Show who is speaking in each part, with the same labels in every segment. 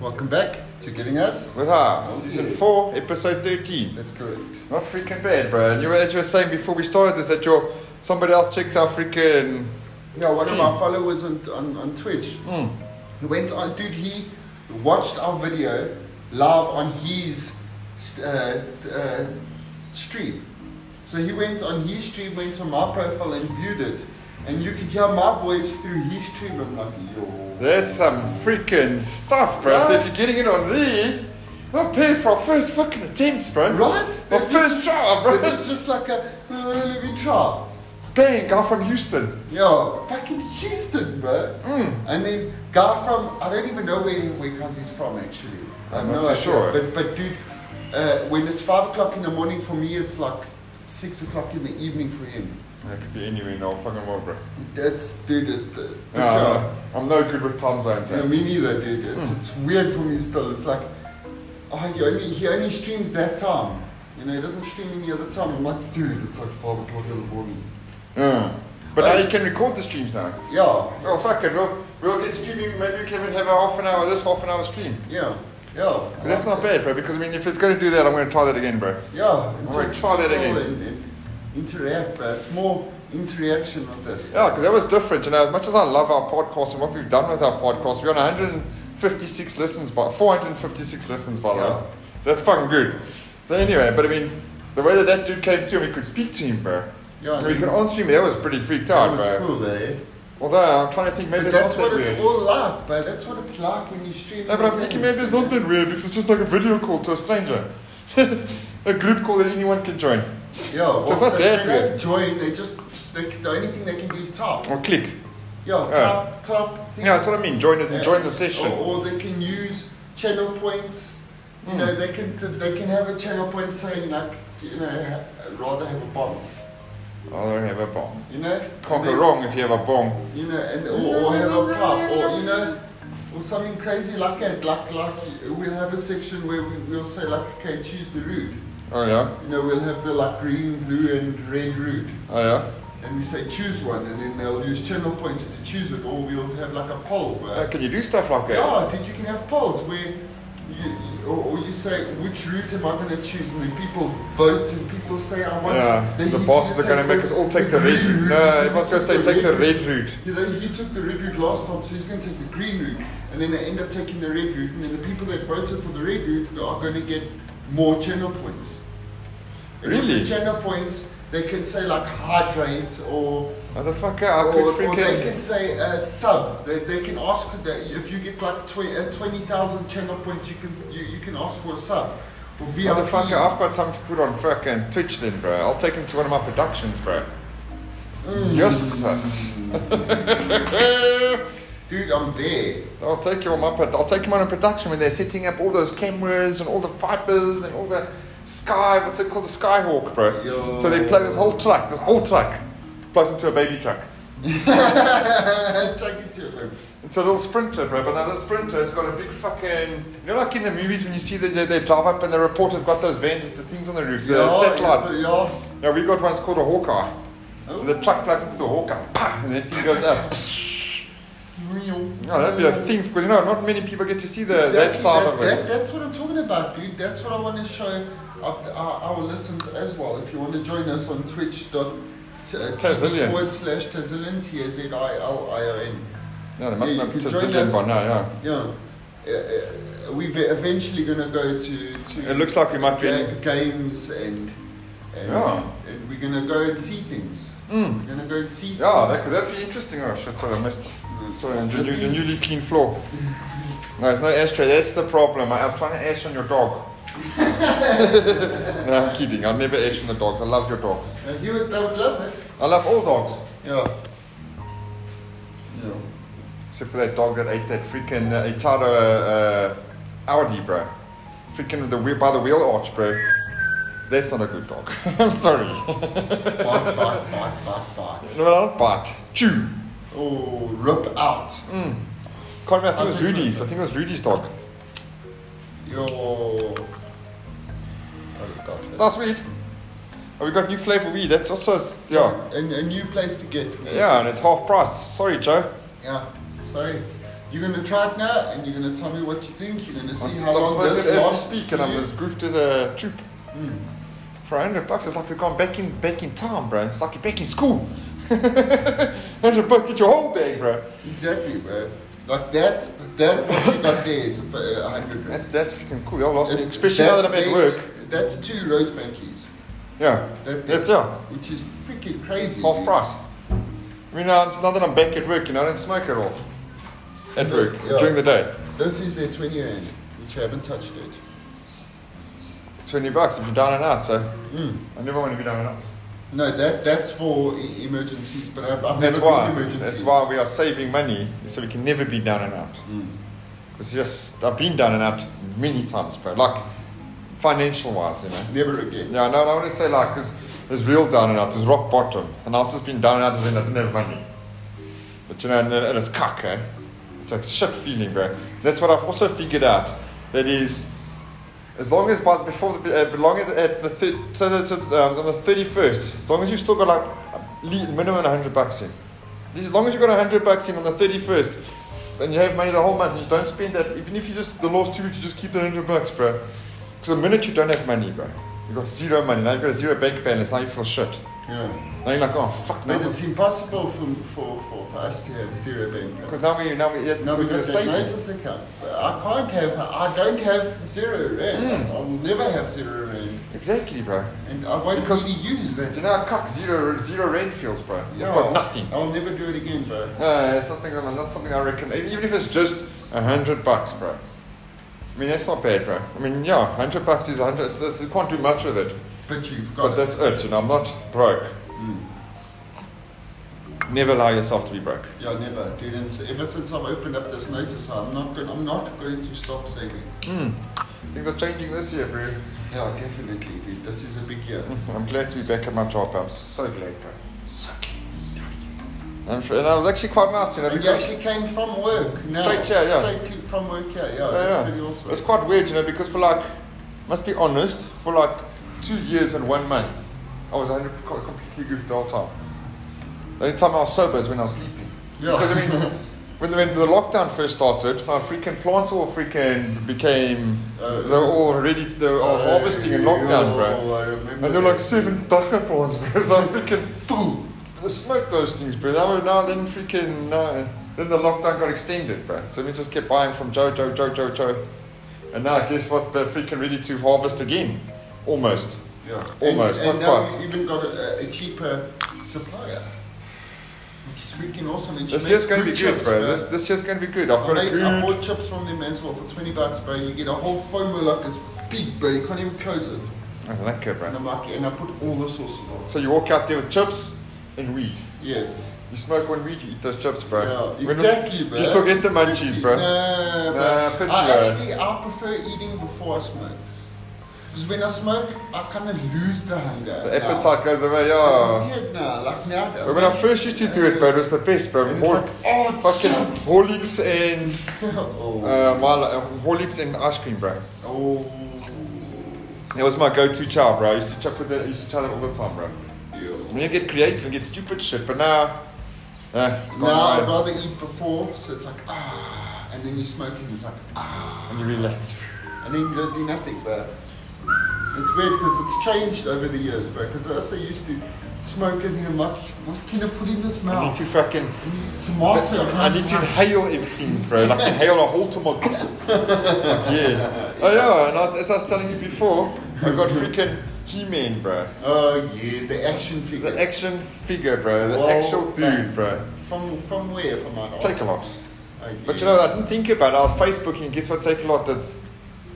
Speaker 1: Welcome back to Getting Us.
Speaker 2: Wuha, season 4, episode 13.
Speaker 1: That's correct.
Speaker 2: Not freaking bad, bro. And you were, as you were saying before we started this, that your somebody else checked our freaking.
Speaker 1: Yeah, one of our followers on, on, on Twitch
Speaker 2: Hmm.
Speaker 1: he went on, dude, he watched our video live on his uh, uh, stream. So he went on his stream, went to my profile and viewed it. And you could hear my voice through his stream. I'm like, yo.
Speaker 2: That's some freaking stuff, bro. So if you're getting it on there, not paying for our first fucking attempts, bro.
Speaker 1: Right?
Speaker 2: Our first trial,
Speaker 1: It
Speaker 2: bro.
Speaker 1: was just like a, uh, let me try.
Speaker 2: Bang, guy from Houston.
Speaker 1: Yo, fucking Houston, bro.
Speaker 2: Mm.
Speaker 1: And then guy from I don't even know where where Kazi's from actually. I
Speaker 2: I'm
Speaker 1: have no
Speaker 2: not too
Speaker 1: idea.
Speaker 2: sure.
Speaker 1: But but dude, uh, when it's five o'clock in the morning for me, it's like six o'clock in the evening for him.
Speaker 2: That could be anywhere in the whole fucking world, bro.
Speaker 1: That's dude. It, the, the
Speaker 2: Nah,
Speaker 1: job.
Speaker 2: I'm no good with time zones,
Speaker 1: Yeah,
Speaker 2: eh?
Speaker 1: me neither, dude. It's,
Speaker 2: Mm.
Speaker 1: it's weird for me still. It's like, oh, he only he only streams that time. You know, he doesn't stream any other time. I'm like, dude, it's like five o'clock in the morning.
Speaker 2: Mm. But now you can record the streams now.
Speaker 1: Yeah,
Speaker 2: Oh, fuck it. We'll, we'll get streaming. Maybe we can even have a half an hour, this half an hour stream.
Speaker 1: yeah, yeah.
Speaker 2: But that's not bad, bro. Because I mean, if it's going to do that, I'm going to try that again, bro.
Speaker 1: Yeah, and
Speaker 2: Alright,
Speaker 1: to
Speaker 2: try that
Speaker 1: call
Speaker 2: again.
Speaker 1: And, and interact, but it's more interaction with this.
Speaker 2: Yeah, because that was different. You know, as much as I love our podcast and what we've done with our podcast, we're on 156 listens by 456 listens by the
Speaker 1: Yeah.
Speaker 2: way. So that's fucking good. So anyway, but I mean, the way that that dude came through, we could speak to him, bro.
Speaker 1: Yeah,
Speaker 2: And we
Speaker 1: I
Speaker 2: could
Speaker 1: mean,
Speaker 2: answer him. That was pretty freaked
Speaker 1: that
Speaker 2: out,
Speaker 1: was
Speaker 2: bro.
Speaker 1: cool there.
Speaker 2: Although I'm trying to think, maybe
Speaker 1: But
Speaker 2: it's
Speaker 1: that's
Speaker 2: not
Speaker 1: what
Speaker 2: that
Speaker 1: it's
Speaker 2: weird.
Speaker 1: all like, but that's what it's like when you stream.
Speaker 2: No, but I'm
Speaker 1: games.
Speaker 2: thinking maybe it's not that weird because it's just like a video call to a stranger, a group call that anyone can join
Speaker 1: Yeah, well,
Speaker 2: it's not
Speaker 1: they,
Speaker 2: that
Speaker 1: they don't
Speaker 2: weird.
Speaker 1: join. They just they, the only thing they can do is type.
Speaker 2: or click.
Speaker 1: Yeah,
Speaker 2: Yeah.
Speaker 1: type, type.
Speaker 2: You
Speaker 1: Things.
Speaker 2: know, that's what I mean. Join us and join the session.
Speaker 1: Or, or they can use channel points.
Speaker 2: Hmm.
Speaker 1: You know, they can they can have a channel point saying like, you know, ha- rather have a bomb.
Speaker 2: Oh, they have a bomb.
Speaker 1: You know,
Speaker 2: Can't
Speaker 1: And
Speaker 2: go
Speaker 1: then-
Speaker 2: wrong if you have a bomb.
Speaker 1: you know, and or, or have a pub, or you know, or something crazy like that. Like like we'll have a section where we, we'll say like, okay, choose the route.
Speaker 2: Oh yeah,
Speaker 1: You know, we'll have the like green, blue, and red route,
Speaker 2: oh yeah.
Speaker 1: and we say choose one, and then they'll use channel points to choose it, or we'll have like a poll.
Speaker 2: Uh,
Speaker 1: Where,
Speaker 2: can you do stuff like that?
Speaker 1: yeah, did you can have polls where. You, you- or, or you say which route am I going to choose, and then people vote, and people say I want.
Speaker 2: Yeah,
Speaker 1: They
Speaker 2: the
Speaker 1: used
Speaker 2: bosses
Speaker 1: to
Speaker 2: are
Speaker 1: say,
Speaker 2: going to make
Speaker 1: "Oh,
Speaker 2: us all take the red
Speaker 1: green
Speaker 2: route. No,
Speaker 1: because it's
Speaker 2: everyone's going to say
Speaker 1: the red
Speaker 2: take the red route.
Speaker 1: You know, he took the red route last time, so he's going to take the green route, and then they end up taking the red route, and then the people that voted for the red route are going to get more channel points. And with
Speaker 2: Really?
Speaker 1: The channel points, they can say like hydrate or
Speaker 2: Motherfucker, I
Speaker 1: or,
Speaker 2: could
Speaker 1: or they
Speaker 2: freaking.
Speaker 1: can say uh, sub. They, they can ask that if you get like twenty uh, twenty thousand channel points, you can you, you can ask for a sub or VIP.
Speaker 2: Motherfucker, I've got something to put on fucking Twitch then, bro. I'll take him to one of my productions, bro. Yes,
Speaker 1: Dude, I'm there.
Speaker 2: I'll take you on my pro- I'll take him on a production when they're setting up all those cameras and all the fibers and all the sky. What's it called? The Skyhawk, bro.
Speaker 1: Yo.
Speaker 2: So they plug this whole truck, this whole truck, plugged into a baby truck.
Speaker 1: Take it to him.
Speaker 2: It's a little sprinter, bro. But now the sprinter's got a big fucking. You know, like in the movies when you see that they, they drive up and they report they've got those vans with the things on the roof, the satellites. Yeah,
Speaker 1: Yeah.
Speaker 2: we got one. It's called a Hawkeye.
Speaker 1: Oh.
Speaker 2: So the truck plugs into the Hawkeye, pah, and that thing goes up. No, that'd be a thing because you know not many people get to see the, that
Speaker 1: Exactly,
Speaker 2: side
Speaker 1: that-
Speaker 2: of
Speaker 1: that-
Speaker 2: it.
Speaker 1: that's what I'm talking about, dude. That's what I want to show up our, our listeners as well. If you want to join us on Twitch dot uh,
Speaker 2: It's Tazillion.
Speaker 1: forward slash Tazillion T A Z I L I O N.
Speaker 2: Yeah, they must
Speaker 1: Yeah,
Speaker 2: know
Speaker 1: you could join
Speaker 2: Brazilian by
Speaker 1: us.
Speaker 2: now. Yeah,
Speaker 1: Yeah, Uh, uh, we're ve- eventually going to go to to
Speaker 2: it looks like we might be.
Speaker 1: ga-
Speaker 2: In,
Speaker 1: games and and,
Speaker 2: Yeah.
Speaker 1: and we're going to go and see things.
Speaker 2: mm.
Speaker 1: We're going to go and see.
Speaker 2: Yeah, that,
Speaker 1: things.
Speaker 2: could- that'd be interesting. Oh shit, sorry, I missed.
Speaker 1: Mm.
Speaker 2: Sorry, the, new,
Speaker 1: That
Speaker 2: the
Speaker 1: is-
Speaker 2: newly clean floor. No, it's no ashtray. That's the problem. I, I was trying to ash on your dog. no, I'm kidding. I'll never ash on the dogs. I love your dogs.
Speaker 1: Uh, you would, they would love it.
Speaker 2: I love all dogs.
Speaker 1: Yeah. Yeah.
Speaker 2: Except for that dog that ate that freaking uh, Itado uh, uh, Audi, bro. Freaking the wheel, by the wheel arch, bro. That's not a good dog. I'm sorry.
Speaker 1: Bark, bark, bark, bark, bark.
Speaker 2: no, not bite. Chew.
Speaker 1: Oh, rip out.
Speaker 2: Can't remember. I think it
Speaker 1: How's
Speaker 2: was
Speaker 1: it
Speaker 2: Rudy's. I
Speaker 1: going?
Speaker 2: think it was Rudy's dog.
Speaker 1: Yo. Oh, God.
Speaker 2: Last weed. Oh, we got new flavor weed. That's also yeah.
Speaker 1: A, a new place to get.
Speaker 2: Yeah, and it's half price. Sorry, Joe.
Speaker 1: Yeah. Sorry. You're gonna try it now, and you're gonna tell me what you think. You're gonna
Speaker 2: I
Speaker 1: see how
Speaker 2: stop
Speaker 1: long
Speaker 2: smoking
Speaker 1: this
Speaker 2: it as we
Speaker 1: lasts.
Speaker 2: speak,
Speaker 1: for
Speaker 2: and I'm
Speaker 1: you.
Speaker 2: as goofed as a troop.
Speaker 1: Mm.
Speaker 2: For a hundred bucks, it's like we've gone back in back in time, bro. It's like you're back in school. hundred bucks, get your whole bag, bro.
Speaker 1: Exactly, bro. Like that, that what you got there is a a hundred.
Speaker 2: That's that's freaking cool. Y'all lost me,
Speaker 1: It-
Speaker 2: especially now that I'm at
Speaker 1: makes-
Speaker 2: work.
Speaker 1: That's two Rosebank keys.
Speaker 2: Yeah,
Speaker 1: That thing,
Speaker 2: that's yeah,
Speaker 1: Which is freaking crazy.
Speaker 2: half
Speaker 1: dude.
Speaker 2: price. I mean, uh, now that I'm back at work, you know, I don't smoke at all. At work
Speaker 1: Yeah.
Speaker 2: during the day,
Speaker 1: This is their 20 rand, which I haven't touched it.
Speaker 2: twenty bucks if you're down and out. So
Speaker 1: Mm.
Speaker 2: I never want to be down and out.
Speaker 1: No, that that's for e- emergencies, but I've, I've
Speaker 2: That's
Speaker 1: never
Speaker 2: why.
Speaker 1: been emergencies.
Speaker 2: That's why we are saving money so we can never be down and out.
Speaker 1: Mm.
Speaker 2: Because just I've been down and out many times, bro. Like financial wise, you know.
Speaker 1: Never again.
Speaker 2: Yeah, no, and I wouldn't say like because there's real down and out, there's rock bottom, and I've just been down and out as in I didn't have money. But you know, and, and it's cuck, eh? It's a shit feeling, bro. That's what I've also figured out. That is, as long as by before the uh, long as at the thir- so that's it's, um, on the thirty first, as long as you've still got like a le- minimum hundred bucks in. As long as you've got hundred bucks in on the thirty first, and you have money the whole month, and you don't spend that, even if you just the last two weeks, you just keep that hundred bucks, bro. Because the minute you don't have money, bro, you got zero money. Now you've got a zero bank balance. Now you feel shit.
Speaker 1: Yeah.
Speaker 2: Now you're like, oh fuck,
Speaker 1: But
Speaker 2: no.
Speaker 1: it's impossible for, for, for, for us to have zero bank balance.
Speaker 2: Because now we now we
Speaker 1: No,
Speaker 2: we
Speaker 1: we've got that notice account. But I can't have, I don't have zero rand.
Speaker 2: Hmm.
Speaker 1: I'll never have zero rand.
Speaker 2: Exactly, bro.
Speaker 1: And I won't
Speaker 2: Because-
Speaker 1: really use that.
Speaker 2: Do you know how cuck zero zero rent feels, bro? You've
Speaker 1: Yeah.
Speaker 2: got nothing.
Speaker 1: I'll never do it again, bro.
Speaker 2: Uh, it's something that- not something I reckon. Even if it's just a hundred bucks, bro. I mean that's not bad, bro. I mean yeah, hundred bucks is a hundred. It's, it's, you can't do much with it,
Speaker 1: But you've
Speaker 2: but
Speaker 1: got it.
Speaker 2: that's it. And I'm not broke.
Speaker 1: Mm.
Speaker 2: Never allow yourself to be broke.
Speaker 1: Yeah, never, dude. And so ever since I've opened up this notice, I'm not going. I'm not going to stop saving.
Speaker 2: Mm. Things are changing this year, bro.
Speaker 1: Yeah, definitely, dude. This is a big year.
Speaker 2: Mm-hmm. I'm glad to be back at my job. I'm so glad, bro. And, f- and I was actually quite nice, you know.
Speaker 1: And you
Speaker 2: because-
Speaker 1: actually came from work. Now.
Speaker 2: Straight here, yeah.
Speaker 1: Straight to- from work here. Yeah, that's
Speaker 2: yeah.
Speaker 1: pretty awesome.
Speaker 2: It's quite weird, you know, because for like, must be honest, for like two years and one month, I was 100 co- completely goofed the whole time. The only time I was sober is when I was sleeping.
Speaker 1: Yeah.
Speaker 2: Because I mean, when the, when the lockdown first started, my freaking plants all freaking became,
Speaker 1: Oh.
Speaker 2: they were all ready, to, they were, I was harvesting in lockdown, bro.
Speaker 1: Oh, I remember.
Speaker 2: And there were like
Speaker 1: that.
Speaker 2: seven dacha prawns, bro. So I'm freaking fool. I smoked those things, bro. Now, now then, freaking. No. Then the lockdown got extended, bro. So we just kept buying from Joe, Joe, Joe, Joe, Joe. And now, guess what? They're freaking ready to harvest again. Almost.
Speaker 1: Yeah.
Speaker 2: Almost,
Speaker 1: And, and
Speaker 2: not
Speaker 1: now
Speaker 2: quite.
Speaker 1: we've even got a, a cheaper supplier, which is freaking awesome. And she
Speaker 2: This
Speaker 1: makes
Speaker 2: year's going to be
Speaker 1: good
Speaker 2: good,
Speaker 1: chips,
Speaker 2: bro.
Speaker 1: man.
Speaker 2: This, this year's going to be good. I've
Speaker 1: I,
Speaker 2: got
Speaker 1: made,
Speaker 2: a
Speaker 1: I
Speaker 2: good.
Speaker 1: bought chips from them as well for 20 bucks, bro. You get a whole FOMO like it's big, bro. You can't even close it.
Speaker 2: I like
Speaker 1: And
Speaker 2: it, Oh, bro.
Speaker 1: I'm like, and I put all the sauces on.
Speaker 2: So you walk out there with chips and weed.
Speaker 1: Yes.
Speaker 2: You smoke one weed, you eat those chips, bro.
Speaker 1: Yeah,
Speaker 2: When-
Speaker 1: exactly, bro.
Speaker 2: You still get the munchies, bro.
Speaker 1: Nah,
Speaker 2: Nah,
Speaker 1: bro.
Speaker 2: pitch,
Speaker 1: I
Speaker 2: bro.
Speaker 1: actually, I prefer eating before I smoke. Because when I smoke, I kind of lose the hunger.
Speaker 2: The
Speaker 1: now.
Speaker 2: appetite goes away, yeah.
Speaker 1: It's weird now, like now.
Speaker 2: But when I first used to do it, bro, it was the best, bro.
Speaker 1: And it's
Speaker 2: Hor-
Speaker 1: like, oh,
Speaker 2: fucking
Speaker 1: fucking.
Speaker 2: Horlicks and
Speaker 1: oh.
Speaker 2: uh, my, uh, Horlicks and ice cream, bro.
Speaker 1: oh.
Speaker 2: That was my go-to chow, bro. I used to chop with that. I used to chow that all the time, bro.
Speaker 1: Yeah.
Speaker 2: When you get creative and get stupid shit, but now, uh, it's
Speaker 1: Now
Speaker 2: gone
Speaker 1: I'd
Speaker 2: away.
Speaker 1: rather eat before, so it's like, ah. And then you're smoking, it's like, ah.
Speaker 2: and you relax.
Speaker 1: and then you don't do nothing. But it's weird because it's changed over the years, bro. Because I also used to smoke and then I'm like, what can I put in this
Speaker 2: I need
Speaker 1: mouth?
Speaker 2: to fucking.
Speaker 1: I need tomato.
Speaker 2: I need to inhale everything, bro. Like inhale a whole tomato. It's like, yeah. Oh yeah, and I was, as I was telling you before, I got freaking He-Man, bro.
Speaker 1: Oh yeah, the action figure.
Speaker 2: The action figure, bro. The
Speaker 1: Well,
Speaker 2: actual dude,
Speaker 1: man.
Speaker 2: bro.
Speaker 1: from from where? From my
Speaker 2: Take a lot.
Speaker 1: Oh,
Speaker 2: But you
Speaker 1: yeah.
Speaker 2: know, I didn't think about it. I was Facebooking, and guess what? Take a lot. That's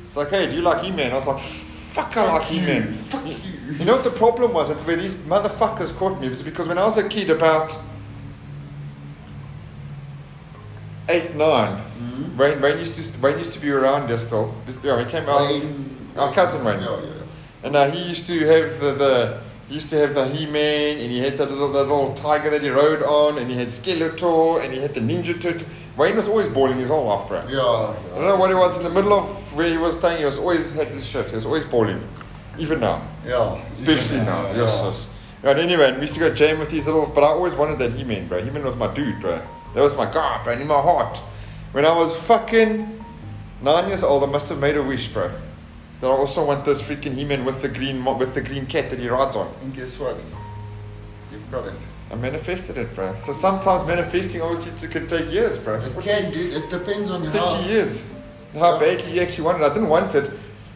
Speaker 2: it's like, hey, do you like He-Man? I was like, fuck, I like
Speaker 1: Fuck you.
Speaker 2: He-Man.
Speaker 1: Fuck you.
Speaker 2: You know what the problem was? That where these motherfuckers caught me was because when I was a kid, about eight, nine,
Speaker 1: Mhm.
Speaker 2: Wayne, Wayne used to Wayne used to be around there still. Yeah, he came out,
Speaker 1: Wayne-
Speaker 2: our cousin Wayne.
Speaker 1: Yeah, yeah.
Speaker 2: and uh, he used to have the, the he used to have the He-Man, and he had that little, that little tiger that he rode on, and he had Skeletor, and he had the Ninja Turtle. Wayne was always boiling his whole life, bro.
Speaker 1: Yeah.
Speaker 2: I don't know what it was in the middle of where he was staying. He was always had this shit. He was always balling, even now,
Speaker 1: Yeah.
Speaker 2: especially
Speaker 1: Yeah,
Speaker 2: now.
Speaker 1: yeah.
Speaker 2: Yes, yes. Yeah, and anyway, and we used to go jam with these little. But I always wanted that He-Man, bro. He-Man was my dude, bro. That was my guy, bro, in my heart. When I was fucking nine years old, I must have made a wish, bro. That I also want this freaking He-Man with the green mo- with the green cat that he rides on.
Speaker 1: And guess what? You've got it.
Speaker 2: I manifested it, bro. So sometimes manifesting obviously t- can take years, bro.
Speaker 1: It
Speaker 2: 40,
Speaker 1: can, dude. It depends on
Speaker 2: 30
Speaker 1: how.
Speaker 2: years. How
Speaker 1: Yeah.
Speaker 2: badly you actually wanted. it. I didn't want it,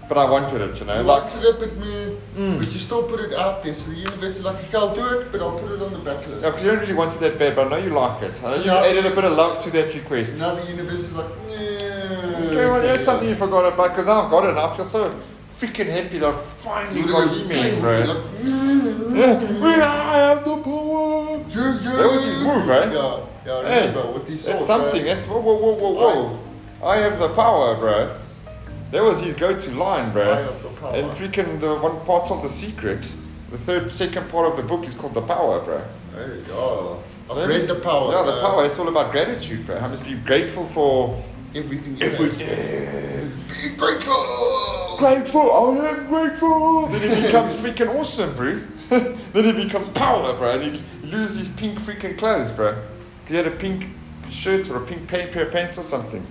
Speaker 2: but I wanted it. You know,
Speaker 1: You
Speaker 2: like
Speaker 1: liked it up at me,
Speaker 2: Mm.
Speaker 1: but you still put it out there. So the universe is like, okay, I'll do it, but I'll put it on the back list.
Speaker 2: because you don't really want it that bad, but I know you like it. I know
Speaker 1: So
Speaker 2: you
Speaker 1: now-
Speaker 2: added a bit of love to that request.
Speaker 1: Now the universe is like, no.
Speaker 2: Okay, well, there's something you forgot about because now I've got it and I feel so freaking happy that I finally
Speaker 1: You
Speaker 2: got
Speaker 1: look at
Speaker 2: email,
Speaker 1: him, you're
Speaker 2: bro.
Speaker 1: like, "Mm,
Speaker 2: Yeah, we are, I have the power.
Speaker 1: you- you."
Speaker 2: That was his move, eh?
Speaker 1: Yeah, yeah, I
Speaker 2: Hey,
Speaker 1: remember with his sword.
Speaker 2: That's something,
Speaker 1: eh?
Speaker 2: that's whoa, whoa, whoa, whoa, whoa. I have the power, bro. That was his go to line, bro.
Speaker 1: I have the power.
Speaker 2: eh? And freaking the one part of the secret, the third, second part of the book is called The Power, bro.
Speaker 1: Hey, oh,
Speaker 2: So
Speaker 1: I've read the power.
Speaker 2: Yeah, the
Speaker 1: eh?
Speaker 2: power. It's all about gratitude, bro. I must be grateful for
Speaker 1: Everything. you have.
Speaker 2: everything.
Speaker 1: Be grateful.
Speaker 2: grateful, I am grateful. Then he becomes freaking awesome, bro. then he becomes power, bro. And he loses his pink freaking clothes, bro. He had a pink shirt or a pink pa- pair of pants or something.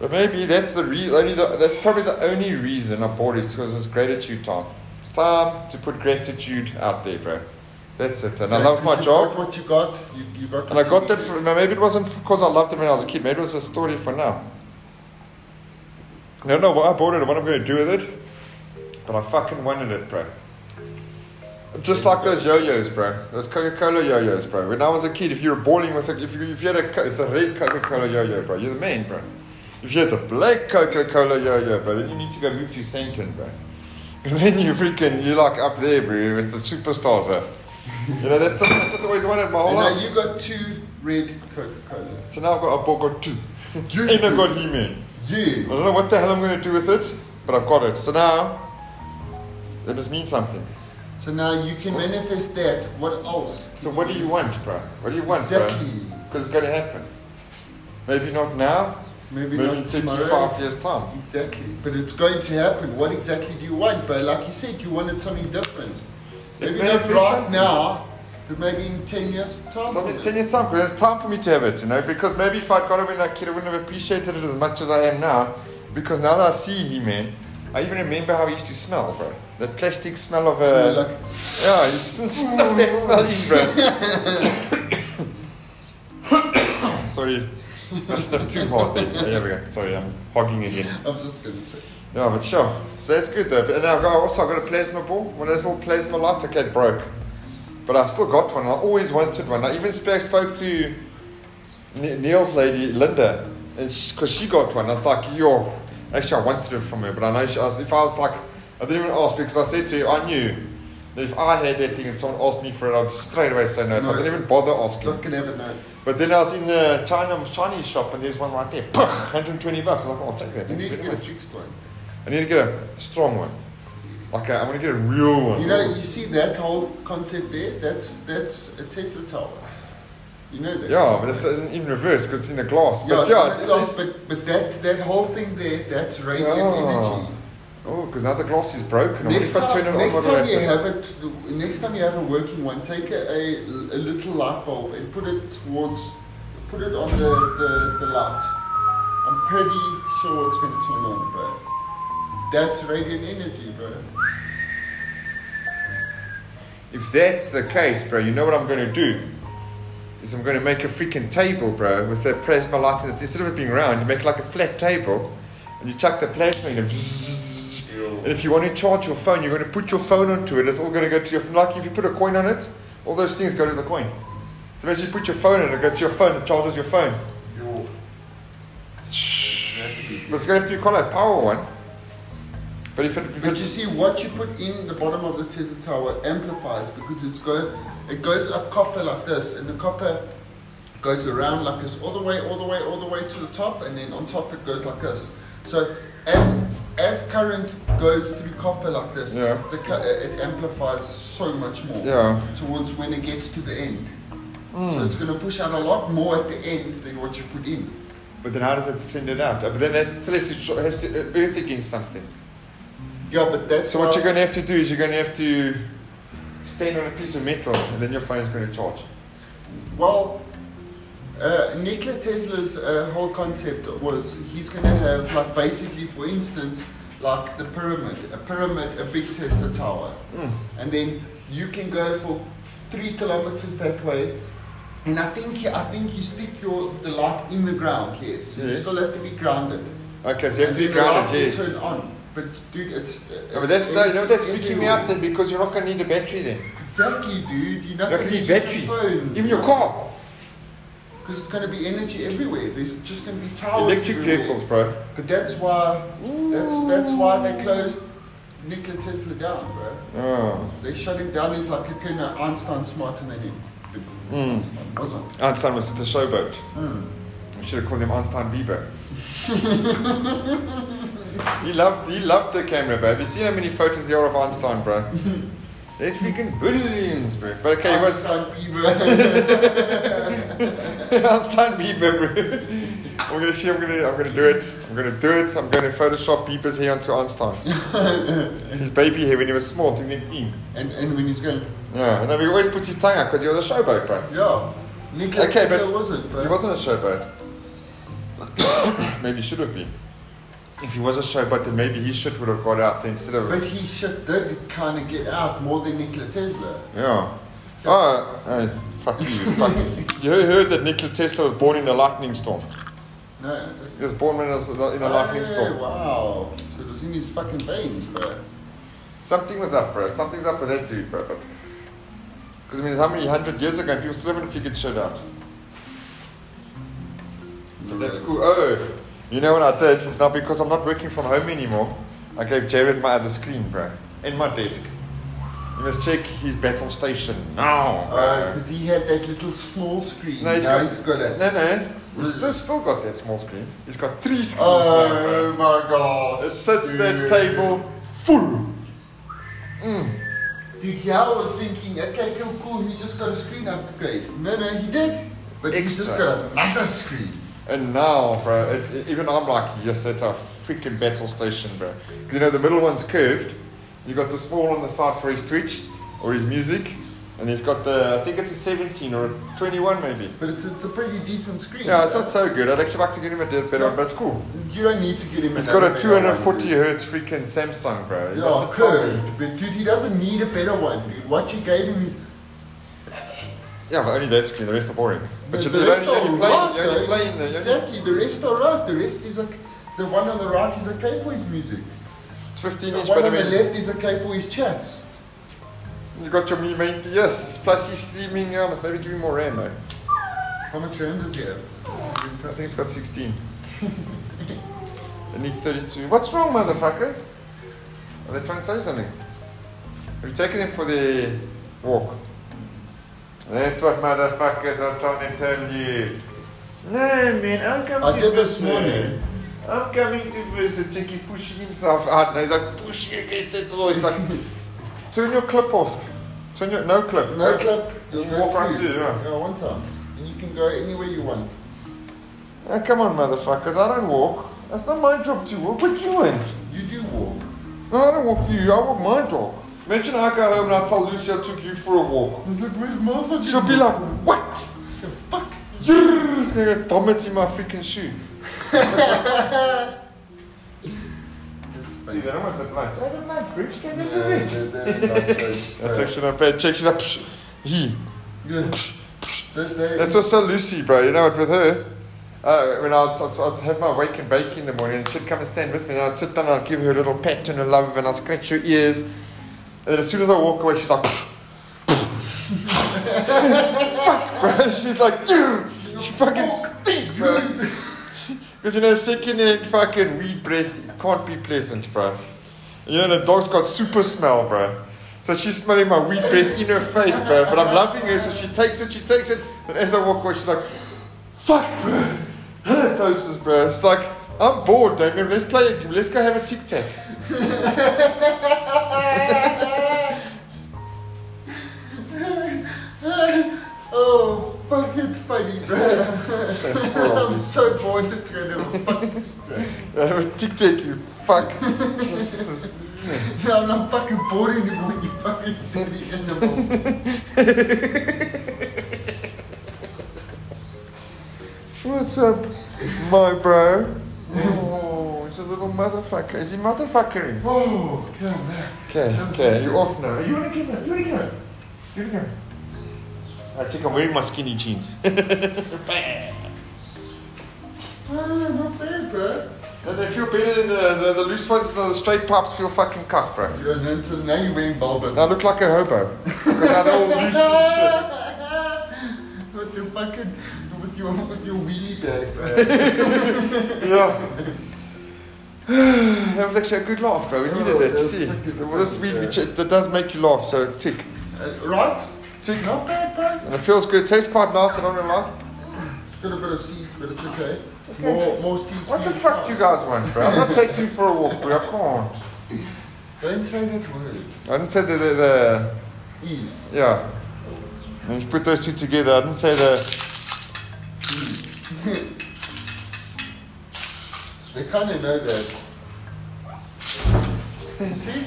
Speaker 2: But maybe that's the re- only the, that's probably the only reason I bought it is because it's gratitude time. It's time to put gratitude out there, bro. That's it. And I
Speaker 1: Yeah,
Speaker 2: love my
Speaker 1: 'cause you
Speaker 2: job.
Speaker 1: Got what you got. You, you got.
Speaker 2: And I
Speaker 1: what
Speaker 2: got
Speaker 1: you
Speaker 2: that
Speaker 1: need.
Speaker 2: from, maybe it wasn't because I loved it when I was a kid, maybe it was a story for now. I don't know what I bought it and what I'm going to do with it, but I fucking wanted it, bro. Just like those yo-yos, bro. Those Coca-Cola yo-yos, bro. When I was a kid, if you were balling with a, if you, if you had a, co- it's a red Coca-Cola yo-yo, bro, you're the man, bro. If you had the black Coca-Cola yo-yo, bro, then you need to go move to Sainton, bro. Because then you freaking, you're like up there, bro, with the superstars, bro. You know, that's something I just always wanted my whole
Speaker 1: And
Speaker 2: life.
Speaker 1: now you got two red Coca Cola.
Speaker 2: So now I've got a Bogo 2.
Speaker 1: You-
Speaker 2: and I've got He Man. I
Speaker 1: Yeah.
Speaker 2: don't know what the hell I'm going to do with it, but I've got it. So now, that must mean something.
Speaker 1: So now you can manifest that. What else?
Speaker 2: So what do you want, bro? What do you want,
Speaker 1: Exactly.
Speaker 2: Because it's going to happen. Maybe not now,
Speaker 1: Maybe,
Speaker 2: maybe in
Speaker 1: not tomorrow.
Speaker 2: 25 years' time.
Speaker 1: Exactly. But it's going to happen. What exactly do you want? But like you said, you wanted something different.
Speaker 2: It's
Speaker 1: Maybe not
Speaker 2: manifest
Speaker 1: right
Speaker 2: something.
Speaker 1: now, but maybe in 10 years' time.
Speaker 2: So it's 10 years' time, because it's time for me to have it, you know? Because maybe if I'd got it when I kid, I wouldn't have appreciated it as much as I am now. Because now that I see He Man, I even remember how he used to smell, bro. That plastic smell of a.
Speaker 1: You're like,
Speaker 2: Yeah, you sn- snuff that smell in, bro. Sorry, I snuffed too hard there. Yeah, There we go. Sorry, I'm hogging again.
Speaker 1: I'm just going to say.
Speaker 2: Yeah, but sure. So that's good though. And I've got, also I got a plasma ball. er One of those little plasma lights I got broke. But I've still got one. I always wanted one. I even sp- spoke to Ne- Neil's lady, Linda, and because she, got one. I was like, yo, actually I wanted it from her. But I know she, I was, if I was like, I didn't even ask because I said to her, I knew that if I had that thing and someone asked me for it, I'd straight away say no. So I
Speaker 1: No.
Speaker 2: didn't even bother
Speaker 1: It's
Speaker 2: asking.
Speaker 1: not going to happen now.
Speaker 2: But then I was in the China, Chinese shop and there's one right there. 120 bucks. I was like, "Oh, I'll take that.
Speaker 1: You
Speaker 2: Thank
Speaker 1: need
Speaker 2: you
Speaker 1: to
Speaker 2: very
Speaker 1: get a
Speaker 2: much.
Speaker 1: fixed one.
Speaker 2: I need to get a strong one. Like a, I want to get a real one.
Speaker 1: You know, you see that whole concept there? That's that's a Tesla tower. You know that?
Speaker 2: yeah, but that's in, in reverse because it's in a glass.
Speaker 1: Yeah,
Speaker 2: But
Speaker 1: it's
Speaker 2: yeah,
Speaker 1: not
Speaker 2: it's, it's,
Speaker 1: glass, but, but that, that whole thing there, that's radiant
Speaker 2: Oh.
Speaker 1: energy.
Speaker 2: oh, because now the glass is broken. I wonder
Speaker 1: Next
Speaker 2: if I
Speaker 1: time,
Speaker 2: turn it on,
Speaker 1: next
Speaker 2: what'll
Speaker 1: time you
Speaker 2: happen?
Speaker 1: have it, next time you have a working one, take a, a, a little light bulb and put it towards, put it on the, the, the light. I'm pretty sure it's going to turn on, bro. That's radiant energy, bro.
Speaker 2: If that's the case, bro, you know what I'm going to do? Is I'm going to make a freaking table, bro, with the plasma lighting. It's- Instead of it being round, you make like a flat table and you chuck the plasma in and And if you want to charge your phone, you're going to put your phone onto it. It's all going to go to your phone. Like if you put a coin on it, all those things go to the coin. So imagine you put your phone in, it goes to your phone, it charges your phone.
Speaker 1: Yo. Exactly.
Speaker 2: But it's going to have to be quite a power one. But if it, if
Speaker 1: But
Speaker 2: it
Speaker 1: you see, what you put in the bottom of the Tesla tower amplifies because it's go, it goes up copper like this, and the copper goes around like this, all the way, all the way, all the way to the top, and then on top it goes like this. So as as current goes through copper like this,
Speaker 2: Yeah.
Speaker 1: the, cu- uh, it amplifies so much more
Speaker 2: yeah, Hmm.
Speaker 1: towards when it gets to the end. So it's going to push out a lot more at the end than what you put in.
Speaker 2: but then how does it send it out? But then it still has to, tr- has to uh, earth against something.
Speaker 1: Yeah, but that's
Speaker 2: So what
Speaker 1: why-
Speaker 2: you're going to have to do is you're going to have to stand on a piece of metal, and then your phone's going to charge.
Speaker 1: Well, uh, Nikola Tesla's uh, whole concept was he's going to have, like, basically, for instance, like the pyramid, a pyramid, a big Tesla tower,
Speaker 2: Hmm.
Speaker 1: and then you can go for three kilometers that way. And I think I think you stick your the light in the ground. Yes, you
Speaker 2: Yeah.
Speaker 1: still have to be grounded.
Speaker 2: Okay, so you have
Speaker 1: And
Speaker 2: to be
Speaker 1: then the light
Speaker 2: grounded,
Speaker 1: will
Speaker 2: yes.
Speaker 1: Turn on, but dude, it's.
Speaker 2: Yeah, but
Speaker 1: it's-
Speaker 2: that's no, you know that's
Speaker 1: it's
Speaker 2: freaking me out
Speaker 1: everywhere.
Speaker 2: then because you're not gonna need a battery then.
Speaker 1: Exactly, dude. You're not
Speaker 2: You're not
Speaker 1: gonna
Speaker 2: gonna need
Speaker 1: your
Speaker 2: batteries.
Speaker 1: phone.
Speaker 2: Even your car.
Speaker 1: Because it's going to be energy everywhere. There's just going to be towers.
Speaker 2: Electric
Speaker 1: everywhere.
Speaker 2: vehicles, bro.
Speaker 1: But that's why that's that's why they closed Nikola Tesla down, bro.
Speaker 2: Oh.
Speaker 1: They shut him down. He's like, okay, no, Einstein's smarter than him. But
Speaker 2: Hmm.
Speaker 1: Einstein wasn't.
Speaker 2: Einstein was just a showboat. Ah. We should have called him Einstein Bieber. he loved he loved the camera, bro. Have you seen how many photos there are of Einstein, bro? There's freaking billions, bro. But okay, it was
Speaker 1: Einstein Bieber.
Speaker 2: Einstein Bieber, bro. I'm gonna see. I'm gonna. I'm gonna do it. I'm gonna do it. I'm gonna Photoshop Bieber's hair onto Einstein. His baby hair when he was small. To make him.
Speaker 1: and and when he's going,
Speaker 2: Yeah, no, he always puts his tongue out because he was a showboat, bro.
Speaker 1: yeah, Nikola
Speaker 2: Okay, but
Speaker 1: Tesla wasn't, bro.
Speaker 2: He wasn't a showboat. maybe he should have been. If he was a showboat, then maybe his shit would have got out there instead of.
Speaker 1: But he shit did kind of get out more than Nikola Tesla.
Speaker 2: Yeah. Oh, oh, fuck you. Fuck you. You heard that Nikola Tesla was born in a lightning storm.
Speaker 1: No. I don't-
Speaker 2: He was born in a, in a lightning
Speaker 1: Hey,
Speaker 2: storm.
Speaker 1: Wow. So it was in his fucking veins, bro.
Speaker 2: Something was up, bro. Something's up with that dude, bro. But because I mean, how many hundred years ago, and people still haven't figured shit out. But that's cool. Oh, you know what I did? It's now because I'm not working from home anymore. I gave Jared my other screen, bro, and my desk. You must check his battle station now. bro.
Speaker 1: Because Uh, he had that little small screen.
Speaker 2: No, he's
Speaker 1: Oh, now
Speaker 2: got-
Speaker 1: he's got it.
Speaker 2: no, no, he's still, still got that small screen. He's got three screens now, bro.
Speaker 1: Oh my god.
Speaker 2: It sits that
Speaker 1: dude.
Speaker 2: table full.
Speaker 1: Mm. Dude, yeah, I was thinking, okay, cool, cool, he just got a screen upgrade. No, no, he did. But he just
Speaker 2: Extra.
Speaker 1: got another screen.
Speaker 2: And now, bro, it, even I'm like, yes, that's a freaking battle station, bro. 'Cause you know the middle one's curved. You got the small on the side for his Twitch or his music, and he's got the I think it's a 17 or a 21 maybe.
Speaker 1: But it's, it's a pretty decent screen.
Speaker 2: Yeah, it's not so good. I'd actually like to get him a bit better one, but it's cool.
Speaker 1: You don't need to get him
Speaker 2: He's
Speaker 1: another
Speaker 2: got a
Speaker 1: better
Speaker 2: 240
Speaker 1: one, dude.
Speaker 2: hertz freaking Samsung, bro. He
Speaker 1: Yeah,
Speaker 2: mustn't tell me.
Speaker 1: curved. But dude, he doesn't need a better one, dude. What you gave him is
Speaker 2: Yeah, but only that screen. The rest are boring. But
Speaker 1: the,
Speaker 2: you
Speaker 1: the
Speaker 2: only,
Speaker 1: rest
Speaker 2: you only
Speaker 1: are
Speaker 2: play,
Speaker 1: right,
Speaker 2: you only
Speaker 1: though.
Speaker 2: play in the. You only
Speaker 1: Exactly, the rest are right. The rest is okay. The one on the right is okay for his music.
Speaker 2: It's 15
Speaker 1: The
Speaker 2: inch,
Speaker 1: one
Speaker 2: but I
Speaker 1: on the
Speaker 2: mean,
Speaker 1: left is okay for his chats.
Speaker 2: you got your Mi 90, yes. Plus he's streaming. Yeah, I must maybe give him more RAM, though.
Speaker 1: How much RAM does he have?
Speaker 2: I think it's got 16. it needs 32. What's wrong, motherfuckers? Are they trying to say something? Have you taken them for the walk? That's what motherfuckers are trying to tell you. No, man, I'm coming
Speaker 1: I
Speaker 2: to
Speaker 1: did this
Speaker 2: visit.
Speaker 1: morning.
Speaker 2: I'm coming to visit. Check, he's pushing himself out. Now he's like, pushing against the door. He's Oh, like, turn your clip off. Turn your, no clip.
Speaker 1: No club.
Speaker 2: You
Speaker 1: you'll
Speaker 2: can
Speaker 1: go
Speaker 2: walk right through, yeah.
Speaker 1: Yeah, one time. And you can go anywhere you want.
Speaker 2: Oh, come on, motherfuckers. I don't walk. That's not my job to walk. What you want?
Speaker 1: You do walk.
Speaker 2: No, I don't walk you. I walk my dog. Imagine I go home and I tell Lucy I took you for a walk.
Speaker 1: It's like, where's my fucking
Speaker 2: She'll be like, what?
Speaker 1: fuck.
Speaker 2: You're gonna go vomit in é my freaking shoe. See, they don't want the blind. They don't like rich,
Speaker 1: É.
Speaker 2: they don't do it. That's
Speaker 1: That's
Speaker 2: actually not bad. Check, she's like, psh, he.
Speaker 1: That's
Speaker 2: That's also Lucy, bro. You know what, with her, uh, when I'd, I'd, I'd have my wake and bake in the morning, and she'd come and stand with me, and I'd sit down and I'd give her a little pat and a love, and I'd scratch her ears. And then as soon as I walk away, she's like, fuck, bro. She's like, you, you fucking stink, bro. Because you know, secondhand fucking weed breath can't be pleasant, bro. You know, the dog's got super smell, bro. So she's smelling my weed breath in her face, bro. But I'm loving her, so she takes it, she takes it. And as I walk away, she's like, fuck, bro. Halitosis, bro. It's like, I'm bored, Damien. Let's play a game. Let's go have a tic tac.
Speaker 1: oh, fuck, it's funny, bro. I'm so bored, it's gonna fucking.
Speaker 2: Have a tic tac, you fuck. Jesus.
Speaker 1: No, I'm not fucking bored anymore, you fucking dirty animal.
Speaker 2: What's up, my bro? Oh, he's a little motherfucker. Is he motherfuckering?
Speaker 1: Oh, come back.
Speaker 2: Okay, okay, you're off now. You wanna give it? You wanna give it? You wanna give it? I think I'm wearing my skinny jeans.
Speaker 1: Oh, not bad, bro.
Speaker 2: And they feel better than the, the, the loose ones, the straight pipes feel fucking cock, bro.
Speaker 1: You're an instant, now you're wearing Bulbas.
Speaker 2: They look like a hobo. 'Cause now they're all loose and shit.
Speaker 1: with your fucking, with your, with your wheelie bag, bro.
Speaker 2: Yeah. that was actually a good laugh, bro. We needed
Speaker 1: Oh,
Speaker 2: that.
Speaker 1: that's
Speaker 2: See,
Speaker 1: fucking-
Speaker 2: this weed, which it, that does make you laugh, so tick.
Speaker 1: Uh, right?
Speaker 2: Tick.
Speaker 1: Not bad, bro.
Speaker 2: And it feels good. It tastes quite nice, I don't gonna lie.
Speaker 1: Got a bit of seeds, but it's okay.
Speaker 2: okay.
Speaker 1: More, more seeds.
Speaker 2: What
Speaker 1: for
Speaker 2: the
Speaker 1: you.
Speaker 2: fuck do you guys want, bro? I'm not taking you for a walk, bro. I can't.
Speaker 1: Don't say that word.
Speaker 2: I didn't say the, the, the
Speaker 1: Ease.
Speaker 2: yeah. And you put those two together. I didn't say the,
Speaker 1: They kind of know that. See?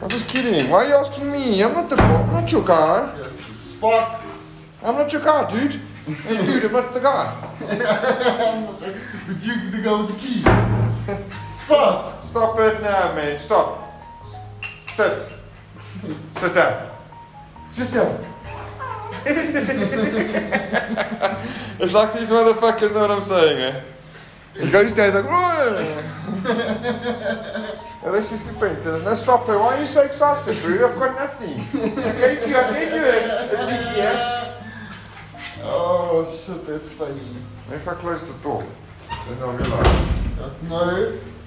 Speaker 2: I'm just kidding. Why are you asking me? I'm not the, I'm not your guy.
Speaker 1: Yes. Spark.
Speaker 2: I'm not your guy, dude. Hey, dude, I'm not the guy.
Speaker 1: But you the guy with the key. Spark.
Speaker 2: Stop it now, man. Stop. Sit. Sit down.
Speaker 1: Sit down.
Speaker 2: It's like these motherfuckers know what I'm saying, eh? He goes down, he's like, "Whoa." Well, this is super intense. No, stop it. Why are you so excited, bro? I've got nothing. I gave you, I gave you a, a pinky, eh?
Speaker 1: Oh shit, that's funny.
Speaker 2: If I close the door, then I'll realize.
Speaker 1: No,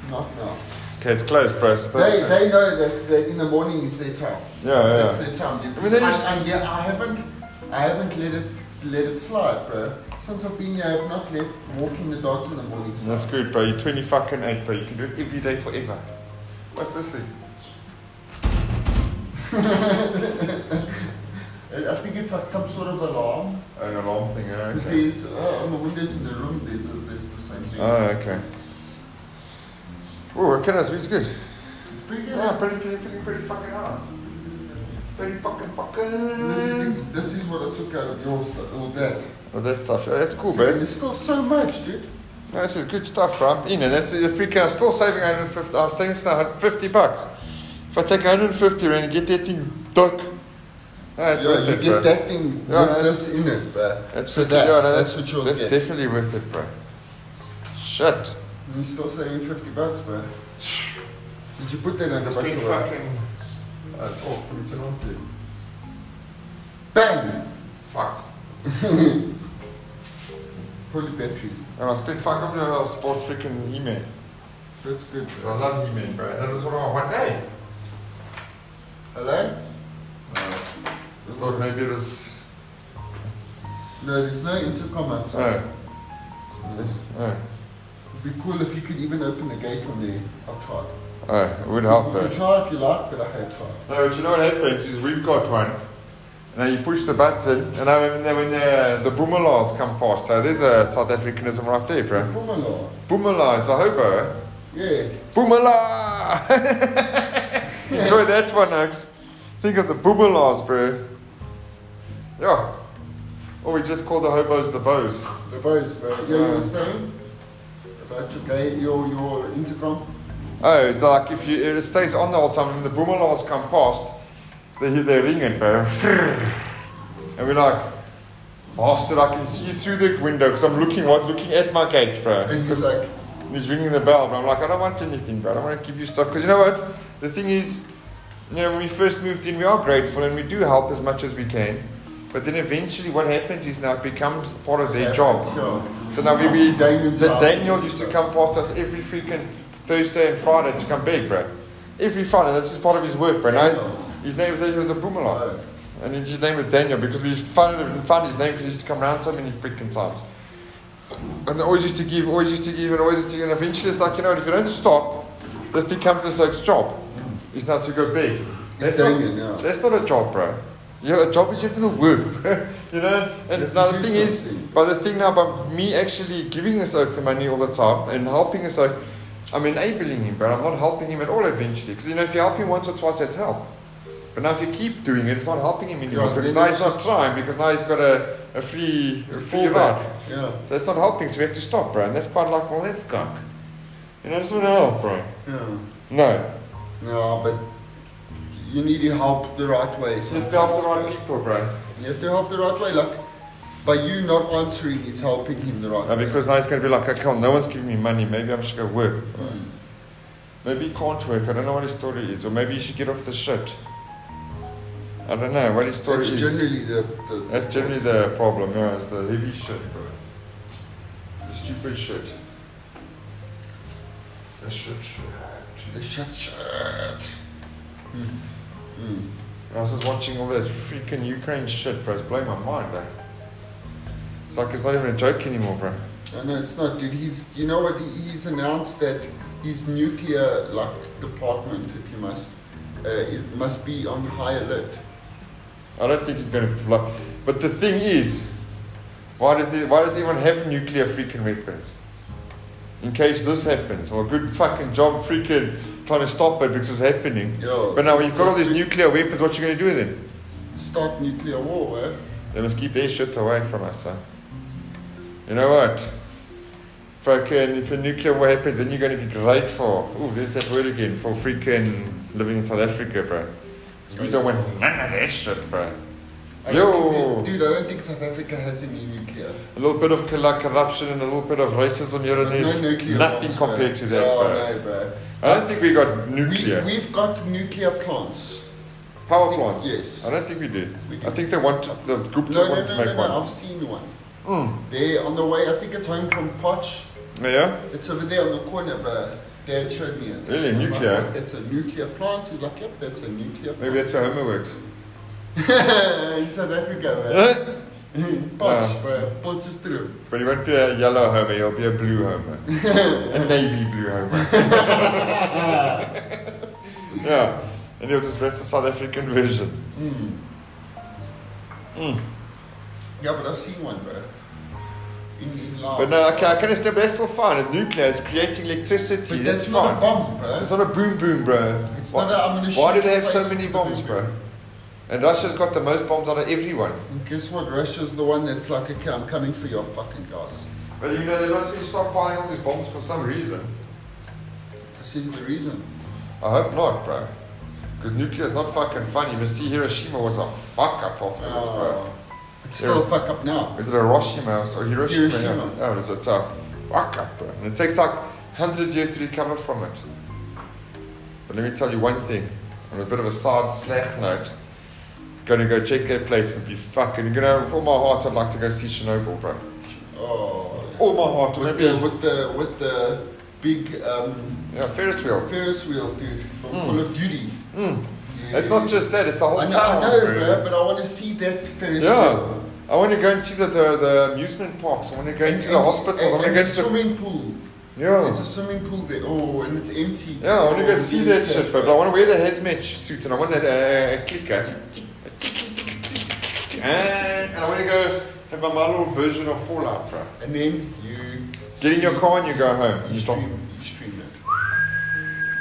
Speaker 1: not now.
Speaker 2: Okay, it's closed, bro. so
Speaker 1: They,
Speaker 2: that's-
Speaker 1: they know that, that in the morning is their time.
Speaker 2: Yeah, yeah.
Speaker 1: That's their time.
Speaker 2: I mean, they
Speaker 1: I-
Speaker 2: just-
Speaker 1: and yeah, I haven't, I haven't let it, let it slide, bro. Since I've been here, I've not let walking the dogs in the morning slide.
Speaker 2: That's good, bro. You're 20 fucking 8, bro. You can do it every day forever. What's this thing?
Speaker 1: I I think it's like some sort of alarm.
Speaker 2: An alarm thing, eh?
Speaker 1: Because
Speaker 2: Okay.
Speaker 1: there's uh, on the windows in the room, there's a, there's the same thing.
Speaker 2: Oh, okay. Oh, okay, that's really good.
Speaker 1: it's pretty good.
Speaker 2: Yeah, pretty, pretty, pretty, pretty fucking hard. Pretty fucking fucking.
Speaker 1: This is this is what I took out of your stuff, all that.
Speaker 2: Oh, that stuff. yeah, That's cool, bro.
Speaker 1: There's
Speaker 2: That's,
Speaker 1: still so much, dude.
Speaker 2: no, this is good stuff, bro. I'm in, and that's the free I'm still saving 150. I'm saving 150 bucks. If I take 150 rand and get that thing duck, that's
Speaker 1: yeah,
Speaker 2: worth
Speaker 1: you
Speaker 2: it,
Speaker 1: get
Speaker 2: bro.
Speaker 1: that thing
Speaker 2: Yeah,
Speaker 1: with
Speaker 2: that's-
Speaker 1: this in it, bro.
Speaker 2: That's
Speaker 1: So
Speaker 2: it.
Speaker 1: that-
Speaker 2: yeah, no,
Speaker 1: that's
Speaker 2: that's,
Speaker 1: what you'll
Speaker 2: that's
Speaker 1: get.
Speaker 2: definitely worth it, bro. Shit.
Speaker 1: You still saving fifty bucks, bro. Did you put that under bucks away? Uh, oh, put it on, dude. Bang!
Speaker 2: fucked.
Speaker 1: Holy batteries.
Speaker 2: And I spent fuck up the sports freaking email.
Speaker 1: That's good,
Speaker 2: I
Speaker 1: bro.
Speaker 2: love email, bro. That was what I want. Hey.
Speaker 1: Hello?
Speaker 2: I thought maybe it was.
Speaker 1: No, there's no intercom outside.
Speaker 2: Oh. Oh.
Speaker 1: It'd be cool if you could even open the gate from there. I've tried.
Speaker 2: Oh, it would help
Speaker 1: You
Speaker 2: though.
Speaker 1: can try if you like, but I have tried.
Speaker 2: No, but you know what happens is we've got one. Now you push the button, and I when the, when the, the boomerlars come past, so there's a South Africanism right there, bro.
Speaker 1: Pumala.
Speaker 2: Boomerlar is a hobo. eh?
Speaker 1: Yeah.
Speaker 2: Boomerlar! Enjoy that one, Ux. Think of the boomerlars, bro. Yeah. Or we just call the hobos the bows.
Speaker 1: The boys, bro. Yeah, you
Speaker 2: Um,
Speaker 1: were saying about your gate, your, your intercom?
Speaker 2: Oh, it's like if you it stays on the whole time. When the boomerlars come past, they hear they ring it, bro. And we're like, bastard, I can see you through the window because I'm looking what looking at my gate, bro.
Speaker 1: And he's like,
Speaker 2: And he's ringing the bell, but I'm like, I don't want anything, bro. I don't want to give you stuff because you know what? The thing is, you know, when we first moved in, we are grateful and we do help as much as we can. But then eventually, what happens is now it becomes part of their job.
Speaker 1: Yeah.
Speaker 2: So now we, we
Speaker 1: Damien's
Speaker 2: that
Speaker 1: house.
Speaker 2: Daniel used to come past us every freaking Thursday and Friday to come beg, bro. Every Friday, that's just part of his work, bro. Now his, his name was, he was a boomerang.
Speaker 1: Oh,
Speaker 2: And his name was Daniel because we found, him, found his name because he used to come round so many freaking times. And they always used to give, always used to give, and always used to give. And eventually it's like, you know, what, if you don't stop, this becomes this like job. Is now to go big. That's
Speaker 1: Damien,
Speaker 2: not,
Speaker 1: yeah.
Speaker 2: that's not a job, bro. You know, a job is you have to go work, bro.
Speaker 1: You
Speaker 2: you know.
Speaker 1: have
Speaker 2: And
Speaker 1: to
Speaker 2: now the
Speaker 1: do
Speaker 2: thing is,
Speaker 1: something.
Speaker 2: but the thing now, by me actually giving this oak the money all the time and helping this oak, I'm enabling him, but I'm not helping him at all eventually. Because you know, if you help him once or twice, that's help. But now if you keep doing it, it's not helping him anymore.
Speaker 1: Yeah,
Speaker 2: because
Speaker 1: then
Speaker 2: now
Speaker 1: it's
Speaker 2: he's not trying. Because now he's got a a free a free
Speaker 1: Fullback.
Speaker 2: ride.
Speaker 1: Yeah,
Speaker 2: So it's not helping, so we have to stop, bro. And that's quite like, well, that's cock. You know, I just want to help, bro.
Speaker 1: yeah.
Speaker 2: No.
Speaker 1: No, but you need to help the right way.
Speaker 2: You have to help the
Speaker 1: sometimes,
Speaker 2: right people, bro.
Speaker 1: bro. You have to help the right way. Like, by you not answering, it's helping him the right
Speaker 2: Uh,
Speaker 1: way.
Speaker 2: because now it's going to be like, okay, well, no one's giving me money. Maybe I should go work.
Speaker 1: Mm.
Speaker 2: Maybe he can't work. I don't know what his story is. Or maybe he should get off the shit. I don't know what his story
Speaker 1: That's
Speaker 2: is.
Speaker 1: generally the, the
Speaker 2: That's generally the problem, yeah. It's the heavy shit, bro. The stupid shit. The shit shit.
Speaker 1: the shut Hmm. shirt. Mm.
Speaker 2: I was just watching all that freaking Ukraine shit, bro. It's blowing my mind, bro. It's like it's not even a joke anymore, bro.
Speaker 1: I know it's not, dude. He's you know what? He- He's announced that his nuclear like department, if you must, uh, is, must be on high alert.
Speaker 2: I don't think it's going to blow. But the thing is, why does he, why does he even have nuclear freaking weapons? In case this happens, or good fucking job freaking trying to stop it because it's happening.
Speaker 1: Yeah.
Speaker 2: But now when you've got all these nuclear weapons, what you going to do with them?
Speaker 1: start nuclear war, eh?
Speaker 2: They must keep their shit away from us, huh? You know what? Fucking, if a nuclear war happens, then you're going to be grateful. Ooh, there's that word again for freaking living in South Africa, bro. 'Cause we don't want none of that shit, bro.
Speaker 1: I don't
Speaker 2: Yo.
Speaker 1: think, dude, I don't think South Africa has any nuclear.
Speaker 2: A little bit of colour corruption and a little bit of racism here and there.
Speaker 1: no
Speaker 2: is
Speaker 1: nuclear
Speaker 2: Nothing
Speaker 1: bombs,
Speaker 2: compared
Speaker 1: bro.
Speaker 2: to that,
Speaker 1: Oh,
Speaker 2: bro.
Speaker 1: no, bro.
Speaker 2: I don't think we got nuclear.
Speaker 1: We, we've got nuclear plants.
Speaker 2: Power
Speaker 1: think-
Speaker 2: plants.
Speaker 1: yes.
Speaker 2: I don't think we did.
Speaker 1: We
Speaker 2: I
Speaker 1: do.
Speaker 2: think they wanted, the Gupta
Speaker 1: No, no,
Speaker 2: wanted
Speaker 1: no,
Speaker 2: to
Speaker 1: no,
Speaker 2: make
Speaker 1: no,
Speaker 2: one.
Speaker 1: I've seen one.
Speaker 2: Mm.
Speaker 1: There on the way, I think it's home from Potch.
Speaker 2: Yeah?
Speaker 1: It's over there on the corner, bro. Dad showed me it.
Speaker 2: Really?
Speaker 1: I'm like,
Speaker 2: Nuclear?
Speaker 1: "Look, that's a nuclear plant. He's like, yep, that's a nuclear plant.
Speaker 2: Maybe that's where Homer works.
Speaker 1: In South Africa, bro. Potch, bro. Potch is through.
Speaker 2: But he won't be a yellow homer, he'll be a blue homer. a navy blue homer. yeah. And he'll just, that's the South African version.
Speaker 1: Mm.
Speaker 2: Mm.
Speaker 1: Yeah, but I've seen one, bro. In, in Laos.
Speaker 2: But no, okay, I can understand, but that's still fine. A nuclear is creating electricity,
Speaker 1: But
Speaker 2: that's,
Speaker 1: that's not a
Speaker 2: fine.
Speaker 1: bomb, bro.
Speaker 2: it's not a boom boom, bro.
Speaker 1: It's
Speaker 2: Why-
Speaker 1: not a, I'm gonna
Speaker 2: Why do
Speaker 1: shoot
Speaker 2: they have
Speaker 1: your
Speaker 2: so
Speaker 1: face
Speaker 2: many
Speaker 1: with the
Speaker 2: bombs,
Speaker 1: boom
Speaker 2: bro?
Speaker 1: boom.
Speaker 2: And Russia's got the most bombs out of everyone.
Speaker 1: And guess what? Russia's the one that's like, okay, I'm coming for your fucking guys.
Speaker 2: But you know, they must be stockpiling all these bombs for some reason.
Speaker 1: This is the reason.
Speaker 2: I hope not, bro. Because nuclear's not fucking funny. You must see, Hiroshima was a fuck up afterwards, bro.
Speaker 1: Uh, it's still
Speaker 2: Ah. Yeah.
Speaker 1: fuck up now.
Speaker 2: Is it Hiroshima or Hiroshima?
Speaker 1: Hiroshima.
Speaker 2: Yeah. Oh, it's a tough fuck up, bro. And it takes like 100 years to recover from it. But let me tell you one thing, on a bit of a sad slack note, going to go check that place would be fucking. You know, with all my heart, I'd like to go see Chernobyl, bro.
Speaker 1: Oh,
Speaker 2: All my heart,
Speaker 1: with
Speaker 2: maybe.
Speaker 1: the with the with the big um,
Speaker 2: Yeah, Ferris wheel.
Speaker 1: Ferris wheel, dude, from
Speaker 2: Mm.
Speaker 1: Call of Duty.
Speaker 2: Mm.
Speaker 1: Yeah.
Speaker 2: It's not just that, it's a whole
Speaker 1: I know,
Speaker 2: town.
Speaker 1: I know,
Speaker 2: bro.
Speaker 1: bro, but I want to see that Ferris
Speaker 2: Yeah.
Speaker 1: wheel.
Speaker 2: I want to go and see the, the, the amusement parks. I want to go into the hospitals. I
Speaker 1: And,
Speaker 2: want to
Speaker 1: and
Speaker 2: go
Speaker 1: the
Speaker 2: into the.
Speaker 1: swimming pool.
Speaker 2: Yeah.
Speaker 1: It's a swimming pool there. Oh, and it's empty.
Speaker 2: Yeah, I want to go
Speaker 1: Oh,
Speaker 2: see
Speaker 1: dude,
Speaker 2: that
Speaker 1: that's
Speaker 2: shit, but I
Speaker 1: great.
Speaker 2: want to wear the hazmat suit and I want that uh, clicker. And I want to go have my little version of Fallout, bro.
Speaker 1: And then you
Speaker 2: Get in your car and you go home. You
Speaker 1: You
Speaker 2: stop.
Speaker 1: stream, you stream it.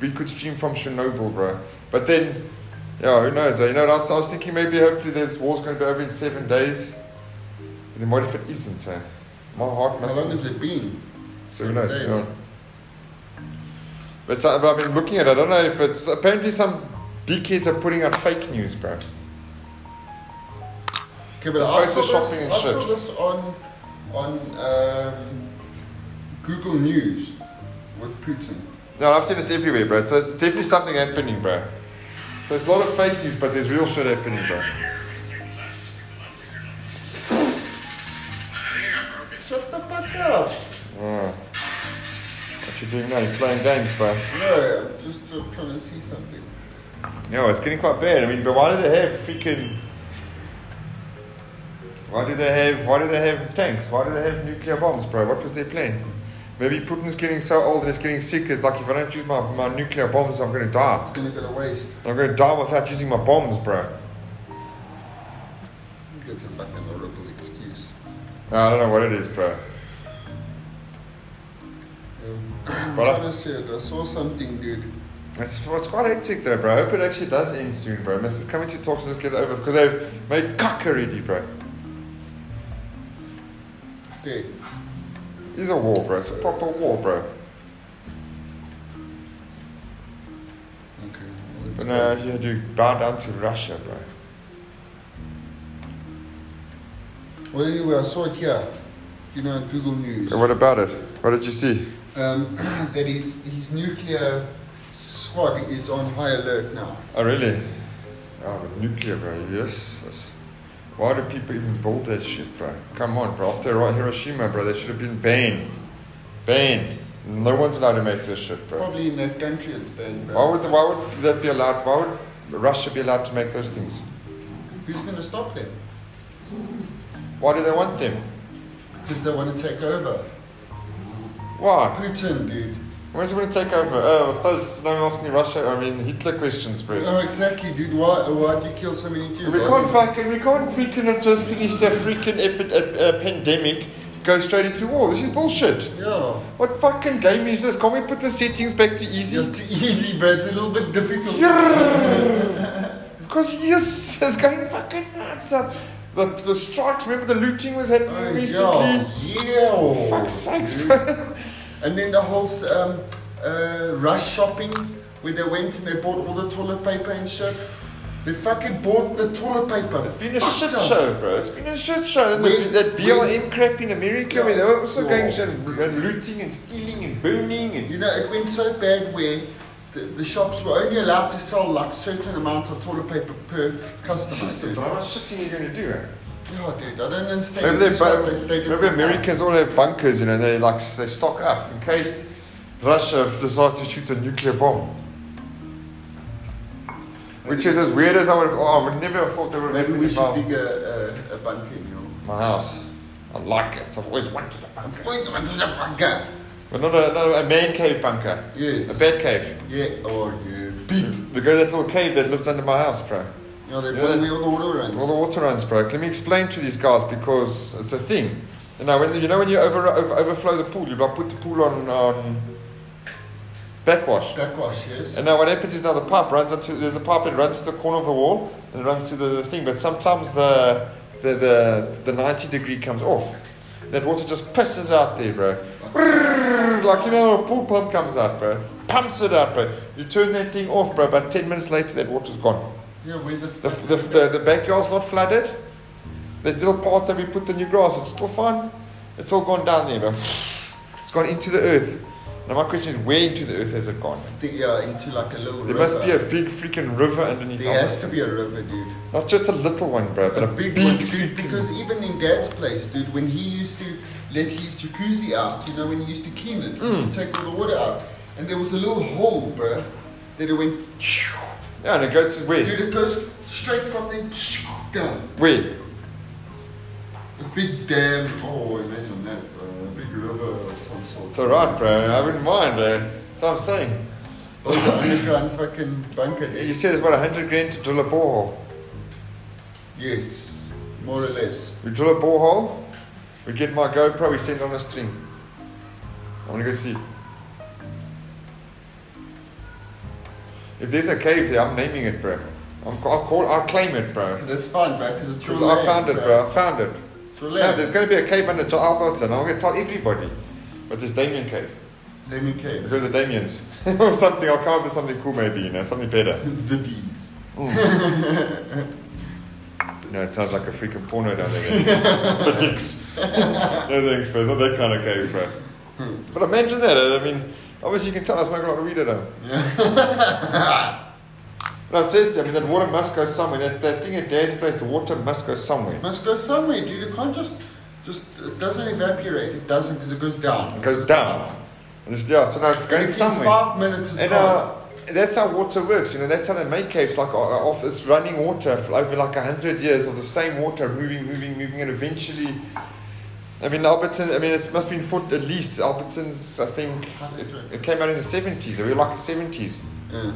Speaker 2: We could stream from Chernobyl, bro. But then, yeah, who knows? eh? You know what I was, I was thinking? Maybe hopefully this war's going to be over in seven days. But then what if it isn't, eh? My heart
Speaker 1: How
Speaker 2: must.
Speaker 1: long has it been?
Speaker 2: So who knows?
Speaker 1: Days.
Speaker 2: Yeah. But, so, but I've been looking at it. I don't know if it's. Apparently, some dickheads are putting out fake news, bro.
Speaker 1: Okay, but I saw,
Speaker 2: Photoshopping
Speaker 1: this,
Speaker 2: and
Speaker 1: I saw
Speaker 2: shit.
Speaker 1: this on on um, Google News with Putin.
Speaker 2: No, I've seen it everywhere, bro. So it's definitely something happening, bro. So there's a lot of fake news, but there's real shit happening, bro.
Speaker 1: Shut the fuck up!
Speaker 2: Oh. What you doing now? You're playing games, bro.
Speaker 1: No, I'm just uh, trying to see something.
Speaker 2: No, it's getting quite bad. I mean, but why do they have freaking? Why do they have? Why do they have tanks? Why do they have nuclear bombs, bro? What was their plan? Maybe Putin's getting so old and he's getting sick. It's like if I don't use my, my nuclear bombs, I'm gonna die.
Speaker 1: It's gonna go to waste.
Speaker 2: I'm gonna die without using my bombs, bro.
Speaker 1: It's a fucking horrible excuse.
Speaker 2: I don't know what it is, bro.
Speaker 1: Um, I'm
Speaker 2: Brother?
Speaker 1: Um, trying to see it. I saw something, dude.
Speaker 2: It's, it's quite hectic though, bro. I hope it actually does end soon, bro. Mrs. Coming to talks and just get it over because they've made cock already, bro.
Speaker 1: Dude,
Speaker 2: It's a war, bro. It's a proper war, bro.
Speaker 1: okay. well, it's
Speaker 2: But no, uh, you had to bow down to Russia, bro.
Speaker 1: cool. Well, anyway, I saw it here, you know, on Google News.
Speaker 2: And what about it? What did you see?
Speaker 1: Um, that his, his nuclear squad is on high alert now.
Speaker 2: Oh, really? Oh, but nuclear, bro. Yes. yes. Why do people even build that shit, bro? Come on, bro. After Hiro- Hiroshima, bro, they should have been banned. Banned. No one's allowed to make this shit, bro.
Speaker 1: Probably in that country it's banned.
Speaker 2: Why
Speaker 1: Bro.
Speaker 2: would, why would that be allowed? Why would Russia be allowed to make those things?
Speaker 1: Who's going to stop them?
Speaker 2: Why do they want them?
Speaker 1: Because they want to take over.
Speaker 2: Why?
Speaker 1: Putin, dude.
Speaker 2: When is it going to take over? Oh, I suppose now I'm asking Russia, I mean Hitler questions, bro.
Speaker 1: Oh, exactly, dude. Why, why'd you kill so many Jews?
Speaker 2: We
Speaker 1: Why
Speaker 2: can't
Speaker 1: did-
Speaker 2: fucking, we can't freaking have just finished a freaking epi- a, a pandemic, go straight into war. This is bullshit.
Speaker 1: Yeah.
Speaker 2: What fucking game is this? Can't we put the settings back to
Speaker 1: You're
Speaker 2: easy?
Speaker 1: too easy, bro. It's a little bit difficult.
Speaker 2: Because yes, it's going fucking nuts. The, the, the strikes, remember the looting was happening
Speaker 1: Oh,
Speaker 2: recently?
Speaker 1: Yeah. Oh. yeah.
Speaker 2: Fuck's sakes, bro.
Speaker 1: And then the whole um, uh, rush shopping where they went and they bought all the toilet paper and shit. They fucking bought the toilet paper.
Speaker 2: It's been a
Speaker 1: Fucked
Speaker 2: shit
Speaker 1: up.
Speaker 2: show, bro. It's been a shit show. And
Speaker 1: We-
Speaker 2: the, that BLM crap in America where they were also
Speaker 1: Yeah.
Speaker 2: going and, and Uh, looting and stealing and burning and
Speaker 1: You know, it went so bad where the, the shops were only allowed to sell like certain amounts of toilet paper per customer. Dude.
Speaker 2: How much shitting are you going to do, eh?
Speaker 1: Yeah, dude, I don't understand.
Speaker 2: Maybe, they,
Speaker 1: It's like
Speaker 2: bu-
Speaker 1: they- they didn't-
Speaker 2: maybe Americans all have bunkers, you know, they like s- they stock up in case Russia decides to shoot a nuclear bomb. Which is as weird as I would. Oh, I would never have thought they would have
Speaker 1: Maybe
Speaker 2: made
Speaker 1: we
Speaker 2: this
Speaker 1: should
Speaker 2: bomb.
Speaker 1: dig a, a, a bunker in your.
Speaker 2: My house, I like it. I've always wanted a bunker,
Speaker 1: Always wanted a bunker.
Speaker 2: but not a, not a man cave bunker,
Speaker 1: Yes.
Speaker 2: a bed cave.
Speaker 1: Yeah, oh yeah.
Speaker 2: We go to that little cave that lives under my house, bro.
Speaker 1: You know, they
Speaker 2: Yeah.
Speaker 1: blow away all the water runs.
Speaker 2: Well, the water runs broke. Let me explain to these guys because it's a thing. You know, when you know when you over, over, overflow the pool, you like put the pool on on backwash.
Speaker 1: Backwash, yes.
Speaker 2: And now what happens is now the pipe runs into there's a pipe that runs to the corner of the wall and it runs to the, the thing. But sometimes the the, the the 90 degree comes off. That water just pisses out there, bro. Brrrr, like you know, a pool pump comes out, bro. Pumps it out, bro. You turn that thing off, bro. About 10 minutes later, that water's gone.
Speaker 1: Yeah, where the
Speaker 2: The, the, the, the backyard's not flooded. The little part that we put the new grass, it's still fine. It's all gone down there, bro. It's gone into the earth. Now my question is, where into the earth has it gone?
Speaker 1: the, yeah, into like a little
Speaker 2: There
Speaker 1: river.
Speaker 2: must be a big freaking river underneath.
Speaker 1: There
Speaker 2: our
Speaker 1: has to
Speaker 2: house.
Speaker 1: be a river, dude.
Speaker 2: Not just a little one, bro, but a,
Speaker 1: A big, one, dude.
Speaker 2: freaking-
Speaker 1: Because even in Dad's place, dude, when he used to let his jacuzzi out, you know, when he used to clean it, he
Speaker 2: Mm.
Speaker 1: used to take all the water out, and there was a little hole, bro, that it went.
Speaker 2: yeah, and it goes to where?
Speaker 1: Dude, it goes straight from there down.
Speaker 2: Where?
Speaker 1: A big dam. Oh, imagine that, bro. A big river of some sort.
Speaker 2: It's alright, bro. I wouldn't mind, bro. That's what I'm saying.
Speaker 1: Build an Oh, underground fucking bunker.
Speaker 2: You
Speaker 1: There.
Speaker 2: said it's what hundred grand to drill a borehole.
Speaker 1: Yes, more or less.
Speaker 2: We drill a borehole. We get my GoPro. We send it on a string. I want to go see. If there's a cave there, I'm naming it, bro. I'm, I'll call. I'll claim it, bro.
Speaker 1: That's fine, bro, because it's your
Speaker 2: 'Cause
Speaker 1: land.
Speaker 2: I found it, bro. I found it.
Speaker 1: It's your
Speaker 2: Now
Speaker 1: land.
Speaker 2: there's going to be a cave under John Albertson. I'm going to tell everybody. But there's Damien Cave.
Speaker 1: Let me cave.
Speaker 2: Because of the Damien's or something. I'll come up with something cool, maybe. You know, something better.
Speaker 1: the bees.
Speaker 2: No, it sounds like a freaking porno down there. the dicks. no thanks, bro. It's not that kind of cave, bro. But imagine that. I mean, obviously you can tell I smoke a lot of weed at home. but I'm serious. I mean, that water must go somewhere. That, that thing at Dad's place, the water must go somewhere.
Speaker 1: Must go somewhere, dude. It can't just, just it doesn't evaporate. It doesn't because it goes down.
Speaker 2: It goes down. And it's, yeah, so now it's going
Speaker 1: It's in
Speaker 2: somewhere.
Speaker 1: Five minutes is
Speaker 2: And
Speaker 1: gone.
Speaker 2: uh, that's how water works, you know. That's how they make caves. Like uh, uh, off, it's running water for over like a hundred years of the same water, moving, moving, moving, and eventually. I mean, Alberton. I mean, it must have been fought at least Alberton's. I think it, it came out in the seventies. We were like the seventies.
Speaker 1: Yeah.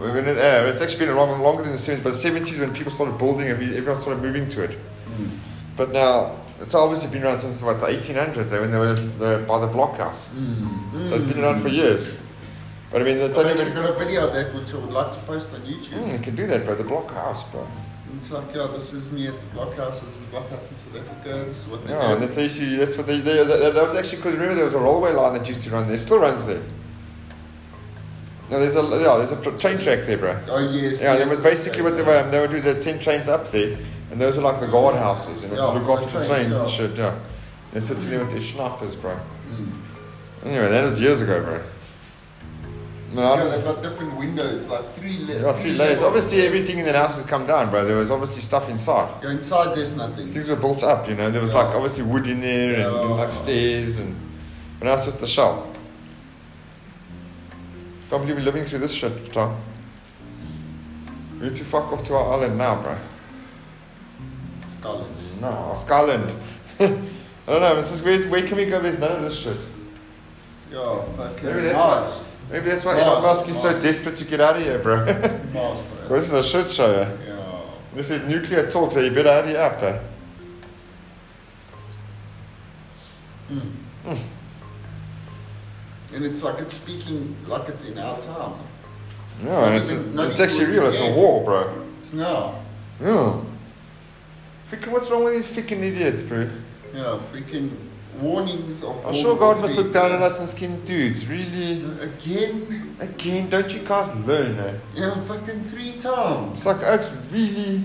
Speaker 2: We were in, uh, it's actually been a long, longer than the seventies. But the seventies when people started building and we, everyone started moving to it.
Speaker 1: Mm.
Speaker 2: But now it's obviously been around since eh, about the eighteen hundreds when they were the, by the blockhouse.
Speaker 1: Mm.
Speaker 2: So it's been around for years. But I mean, that's
Speaker 1: I've
Speaker 2: only
Speaker 1: actually
Speaker 2: been,
Speaker 1: got a video of that which I would like to post on YouTube.
Speaker 2: mm, you can do that, bro. The blockhouse, bro.
Speaker 1: It's like, yeah, this is me at the blockhouse, this is the blockhouse in South Africa, this is what they
Speaker 2: Yeah, and
Speaker 1: do.
Speaker 2: that's the issue. That's what they. they that, that- that was actually because remember there was a railway line that used to run there. Still runs there. No, there's a yeah, there's a tr- train track there, bro.
Speaker 1: Oh, yes.
Speaker 2: Yeah, that
Speaker 1: yes,
Speaker 2: was basically what
Speaker 1: okay.
Speaker 2: they were. They would do. They'd send trains up there, and those were like the guardhouses, you know,
Speaker 1: Yeah,
Speaker 2: to look after the
Speaker 1: trains,
Speaker 2: trains
Speaker 1: yeah.
Speaker 2: and shit. Yeah, they're sitting there with their snipers, bro.
Speaker 1: Mm.
Speaker 2: Anyway, that was years ago, bro. No, I-
Speaker 1: Yeah, they've got different windows, like three, la-
Speaker 2: There are three layers.
Speaker 1: levels.
Speaker 2: Obviously, everything in that house has come down, bro. There was obviously stuff inside.
Speaker 1: Yeah, inside there's nothing.
Speaker 2: Things were built up, you know. There was
Speaker 1: Yeah.
Speaker 2: like obviously wood in there and, and
Speaker 1: Yeah.
Speaker 2: like stairs, and but now it's just a shell. Can't believe we're living through this shit, Tom. We need to fuck off to our island now, bro.
Speaker 1: Scotland.
Speaker 2: No, our Skyland. I don't know. It's just where's, where can we go? There's none of this shit.
Speaker 1: Yeah, fucking
Speaker 2: Maybe that's
Speaker 1: Mars.
Speaker 2: Maybe that's why
Speaker 1: Mars,
Speaker 2: Elon Musk is so
Speaker 1: Mars.
Speaker 2: desperate to get out of here, bro.
Speaker 1: Mars, bro.
Speaker 2: this is a shit show. Yeah.
Speaker 1: Yeah.
Speaker 2: This is nuclear talk, so you better hurry up, eh?
Speaker 1: Mm. And it's like it's speaking like it's in our time.
Speaker 2: No, and it's,
Speaker 1: even- not
Speaker 2: it's
Speaker 1: even
Speaker 2: actually real. It's a
Speaker 1: again.
Speaker 2: war, bro.
Speaker 1: It's now.
Speaker 2: Yeah. Freaking, what's wrong with these freaking idiots, bro?
Speaker 1: Yeah, freaking warnings of.
Speaker 2: I'm
Speaker 1: World
Speaker 2: sure
Speaker 1: War
Speaker 2: God must
Speaker 1: Three.
Speaker 2: look down on us and skin dudes. Really?
Speaker 1: Again?
Speaker 2: Again, don't you guys learn, eh?
Speaker 1: Yeah, fucking three times.
Speaker 2: It's like, Oaks, really?